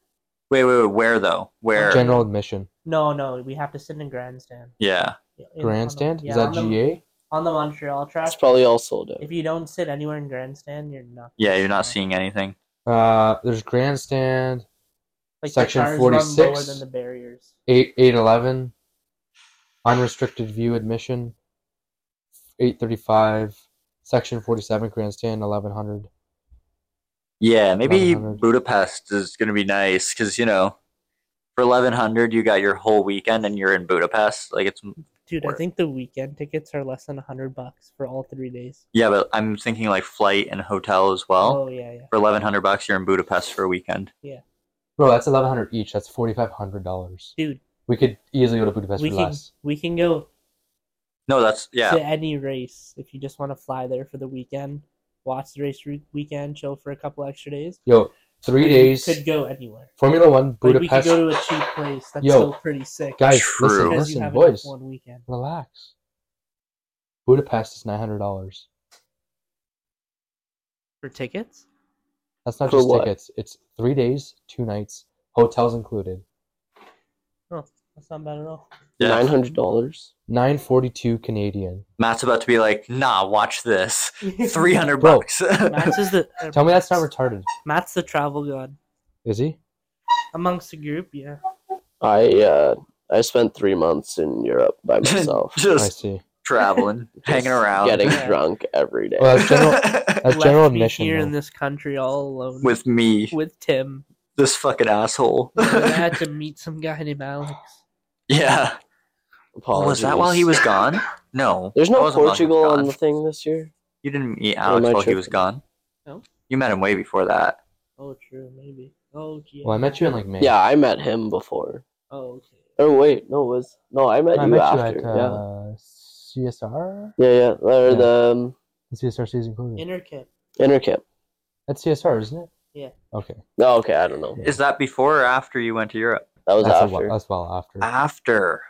Wait, wait, wait. Where though? Where?
General admission.
No, no, we have to sit in grandstand.
Yeah.
In- on the-
Grandstand?
yeah,
Is that
on the-
GA?
on the Montreal track.
It's probably all sold out.
If you don't sit anywhere in grandstand, you're not.
Yeah, you're not seeing anything.
Uh, there's grandstand
Like
Section
the cars run lower
46.
than the barriers.
eight eight eleven, unrestricted view admission, eight thirty five, section forty seven grandstand eleven hundred.
Yeah, maybe
1100.
Budapest is going to be nice because, you know, for 1100 you got your whole weekend and you're in Budapest. Like, it's,
Dude, I
Word.
think the weekend tickets are less than hundred bucks for all three days.
yeah, but I'm thinking like flight and hotel as well.
oh yeah, yeah.
For 1100 bucks, you're in Budapest for a weekend.
Bro, that's eleven hundred each. That's forty five hundred dollars.
Dude,
We could easily go to Budapest
we
for
can
less.
we can go
No, that's yeah.
to any race if you just want to fly there for the weekend, watch the race re- weekend, chill for a couple extra days.
Yo, three
You
days.
could go anywhere.
Formula One,
Like we could
Budapest.
go to a cheap place. That's
Yo,
still pretty sick.
Guys,
True.
because
listen,
you
listen,
have
boys.
enough one weekend.
Relax. Budapest is nine hundred dollars.
For tickets?
That's not
For
just
what?
tickets. It's three days, two nights, hotels included.
That's not bad at all.
yeah.
Nine hundred dollars.
Nine forty-two Canadian.
Matt's about to be like, nah, watch this. Three hundred
Bro.
bucks.
Matt's is the uh,
Tell me that's not retarded,
Matt's the travel god.
is he?
Amongst the group, yeah.
I uh I spent three months in Europe by myself,
I
Just
see.
traveling, hanging around,
getting
Yeah.
drunk every day.
Well, that's general. That's
Left
general
me
admission.
here in
though.
this country all alone
with me,
with Tim.
this fucking asshole.
And I had to meet some guy named Alex.
yeah. Oh, was that while he
Apologies.
was gone? No.
There's
that
no
wasn't while he was
Portugal on
gone.
the thing this year.
You didn't meet
am
Alex
I
while he was
tripping?
gone.
No.
You met him way before that.
Oh true, maybe. Oh gee.
Well, I met you in like May.
Yeah, I met him before.
Oh okay.
Oh wait, no, it was no, I met
I
you
met
after.
you at uh, CSR.
yeah, yeah, yeah, or
Yeah.
the um,
The CSR season included.
Intercamp.
intercamp.
That's CSR, isn't it?
Yeah.
Okay.
No, okay, I don't know.
Is that before or after you went to Europe?
That was
That's, a
after,
while, that's well after.
Ah.
After.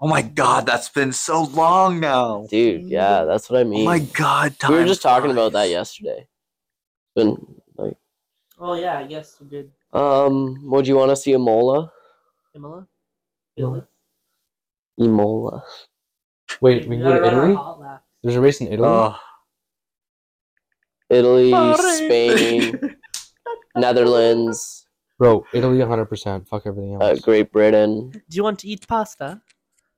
Oh my god, that's been so long now.
dude. Yeah, that's what I mean.
Oh my god, time
we were just talking about that
flies.
yesterday. Been like,
Oh yeah, I guess we did
um, would you want to see Emola?
Imola.
Imola.
Emola.
Wait, we can go to Italy. There's a race in Italy.
Uh.
Oh,
Italy,
Sorry.
Spain, Netherlands,
Bro, Italy 100%. Fuck everything
uh,
else.
Great Britain.
Do you want to eat pasta?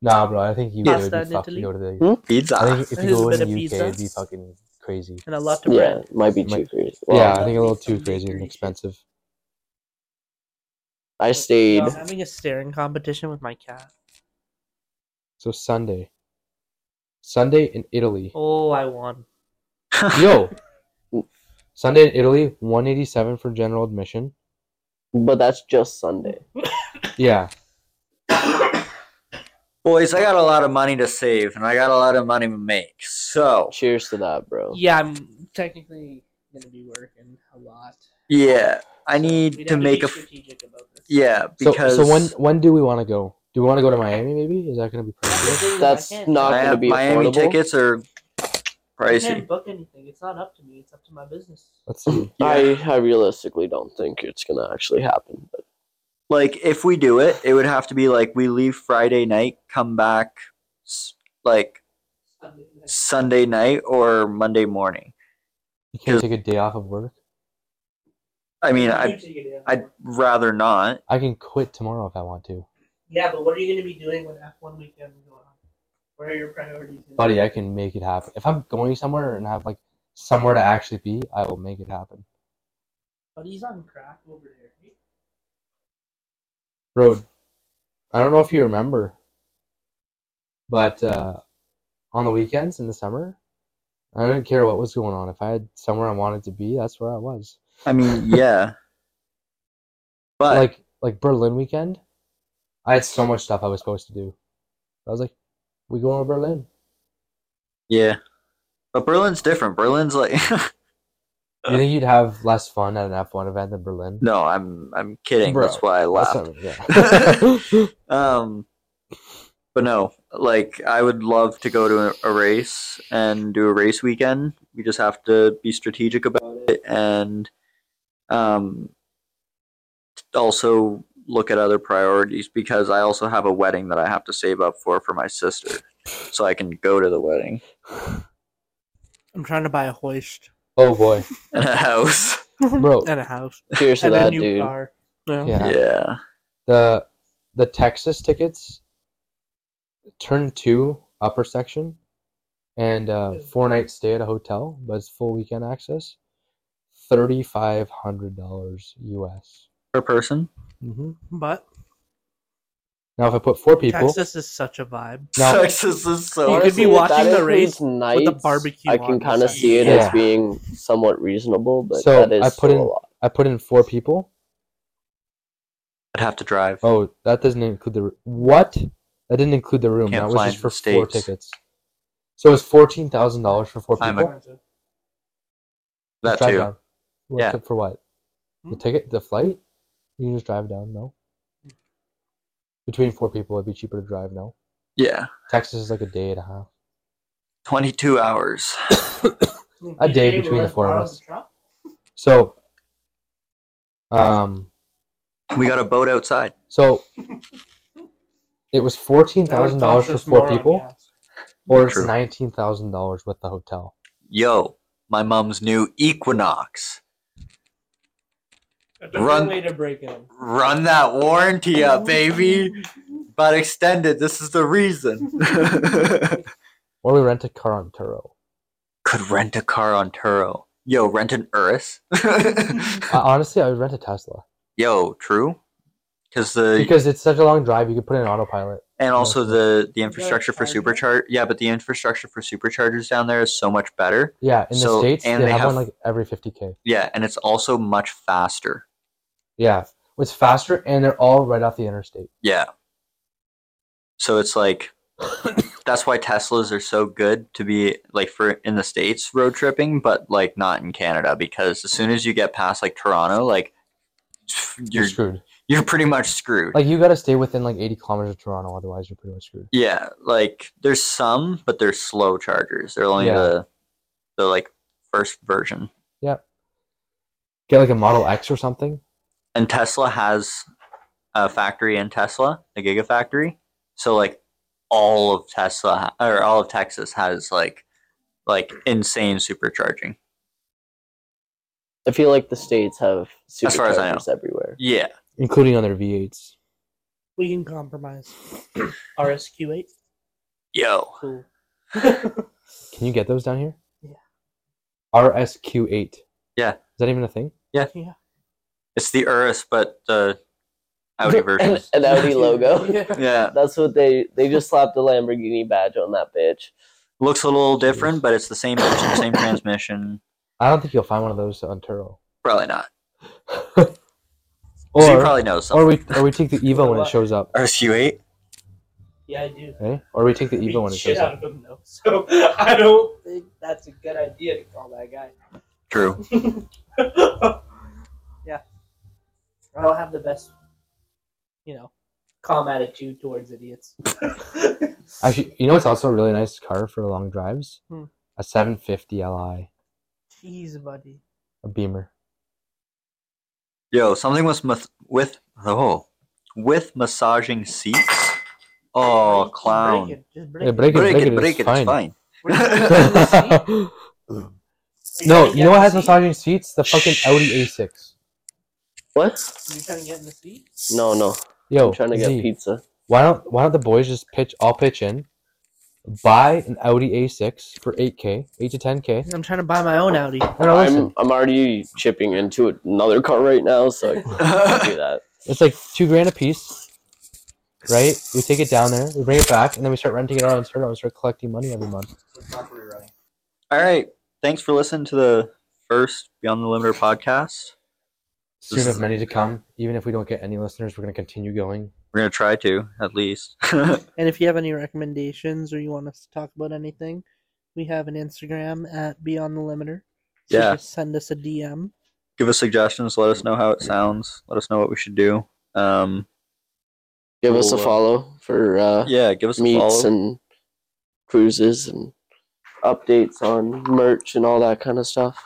Nah, bro, I think you
Pasta
would
in
be fucking
Italy?
go to the.
Hmm?
I
pizza.
think if
It
you
is
go
a
in
bit
the
of
UK, it'd be
pizza.
fucking crazy.
And a lot of
Yeah,
bread.
might be
Might-
too crazy. Well,
yeah, I
that'd
think
be
a little
some
too crazy and
bakery shit.
expensive.
I stayed.
I'm having a staring competition with my cat.
So Sunday. Sunday in Italy.
Oh, I won.
Yo. Sunday in Italy, 187 for general admission.
But that's just Sunday.
Yeah.
Boys, I got a lot of money to save and I got a lot of money to make. So,
Cheers to that, bro.
Yeah, I'm technically gonna be working a lot.
yeah, I
So
need
we'd
to
have
make
be
a. F-
strategic about this.
yeah,
So,
because.
so when when do we want to go? Do we want to go to Miami? Maybe is that going to be
The
possible?
thing is, I
That's
can't-
not
I
going to
have
be
Miami
affordable.
tickets are
I
pricey.
can't book anything. It's not up to me. It's up to my business.
Let's see.
Yeah.
I, I realistically don't think it's going to actually happen. But
like if we do it, it would have to be like we leave Friday night, come back s- like
Sunday night.
Sunday night or Monday morning.
You can't take a day off of work.
I mean,
You
I
take it,
I'd rather not.
I can quit tomorrow if I want to,
Yeah, but what are you going to be doing when F1 weekend is going on? Where are your priorities? gonna
buddy.
be?
I can make it happen. If I'm going somewhere and have like somewhere to actually be, I will make it happen.
Buddy's on crack over there. right?
Road. I don't know if you remember, but uh, on the weekends in the summer, I didn't care what was going on. If I had somewhere I wanted to be, that's where I was.
I mean, yeah. But
like like Berlin weekend, I had so much stuff I was supposed to do. I was like, we going to Berlin.
yeah. But Berlin's different. Berlin's like
You think you'd have less fun at an F1 event than Berlin?
No, I'm I'm kidding.
Bro,
That's why I
That's
laughed.
not- yeah.
Um, but no, like I would love to go to a, a race and do a race weekend. We just have to be strategic about it and um, also look at other priorities because I also have a wedding that I have to save up for for my sister, so I can go to the wedding
I'm trying to buy a hoist
oh boy,
and a house.
bro.
and a house
cheers to
and a
that,
new
dude.
car. No.
Yeah.
Yeah,
The the Texas tickets, turn two upper section, and uh, four night stay at a hotel, but it's full weekend access. Thirty five hundred dollars US.
per person.
Mm-hmm.
But
Now, if I put four people,
Texas is such a vibe.
No.
Texas is so.
You could be
Honestly, if that
watching the
includes
race with the
nights,
barbecue
I
on
can
the
kind of
side.
see it
Yeah.
as being somewhat reasonable, but
So,
that is
I put
still
in-
a lot.
I put in four people.
I'd have to drive.
Oh, that doesn't include the r- what? That didn't include the room.
Can't
that
fly
was just for
into the
four
States.
tickets. So it's fourteen thousand dollars for four
I'm
people.
that
Drive
too.
down. What-
Yeah.
For what? The
Hmm?
ticket, the flight. You can just drive down. No. Between four people, it'd be cheaper to drive. No.
Yeah,
Texas is like a day and a half.
twenty-two hours.
A day between the four of us. So. Um.
We got a boat outside.
So. It was fourteen thousand dollars for four people, or it's
True.
nineteen thousand dollars with the hotel.
Yo, my mom's new Equinox.
That's
Run-
way to break in.
Run that warranty up, baby. But extended. This is the reason.
Or we rent a car on Turo.
Could rent a car on Turo. Yo, rent an Urus.
I, honestly, I would rent a Tesla
Yo, true. Because the
because it's such a long drive. You could put it in autopilot.
and also
Yeah.
the the infrastructure for
charger?
supercharge. Yeah, but the infrastructure for superchargers down there is so much better.
Yeah, in
So-
the states,
and
they,
they
have, one
have-
like every fifty k.
Yeah, and it's also much faster.
Yeah, it's faster, and they're all right off the interstate.
Yeah. So it's like that's why Teslas are so good to be like for in the states road tripping, but like not in Canada because as soon as you get past like Toronto, like
You're
you're
screwed.
you're pretty much screwed.
Like you got to stay within like eighty kilometers of Toronto, otherwise you're pretty much screwed.
yeah, like there's some, but they're slow chargers. They're only
Yeah.
the the like first version.
Get like a Model X or something.
and Tesla has a factory in Tesla, the Gigafactory. So like all of Tesla or all of Texas has like like insane supercharging.
I feel like the states have superchargers
As far as I know.
everywhere.
Yeah.
including on their V8s.
We can compromise. RSQ8,
Yo.
cool.
Can you get those down here?
Yeah.
RSQ8.
Yeah.
Is that even a thing?
It's the Urus but the Audi version.
An, an Audi logo.
Yeah.
That's what they they just slapped the Lamborghini badge on that bitch.
Looks a little different, but it's the same engine, same transmission.
I don't think you'll find one of those on Turo.
Probably not.
Or,
so you probably know
or
something.
we or we take the Evo when it shows up.
RSQ8?
Yeah, I do.
Eh? Or we take the Evo
Beat
when it
shit
shows up.
out of him, though. So I don't think that's a good idea to call that guy.
True.
yeah. I don't have the best, you know, calm attitude towards idiots.
Actually, you know what's also a really nice car for long drives?
Hmm.
A 750 Li,
Jeez, buddy.
a Beamer.
Yo, something was mas- with oh with massaging seats. Oh,
Break it,
clown.
break it, just break
Yeah,
it.
break it,
break, it,
it's
break it,
fine.
it's fine.
We're just gonna get the seat. Are
no,
trying to
you
get
know what
in
has
the
massaging seats? The fucking Audi A6.
What?
seat? You trying to get in the seat?
No, no.
Yo,
I'm trying to get
Z,
pizza.
why don't why don't the boys just pitch? I'll pitch in. Buy an Audi A6 for 8k, 8 to 10k.
I'm trying to buy my own Audi.
No, no, listen,
I'm I'm already chipping into another car right now, so I can't do that.
it's like two grand a piece, right? We take it down there, we bring it back, and then we start renting it out on Turo and start collecting money every month.
All right. Thanks for listening to the first Beyond the Limiter podcast.
Soon of many to come. Even if we don't get any listeners, we're gonna continue going.
We're going to try to, at least.
And if you have any recommendations or you want us to talk about anything, we have an Instagram at Beyond the Limiter. So
Yeah.
just send us a DM.
Give us suggestions. Let us know how it sounds. Let us know what we should do. Um,
Give us a
Cool.
follow for uh,
yeah, give us a
meets
follow.
and cruises and updates on merch and all that kind of stuff.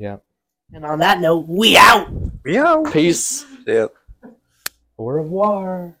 And on that note, we out!
Yeah.
Peace.
Yeah.
Au revoir.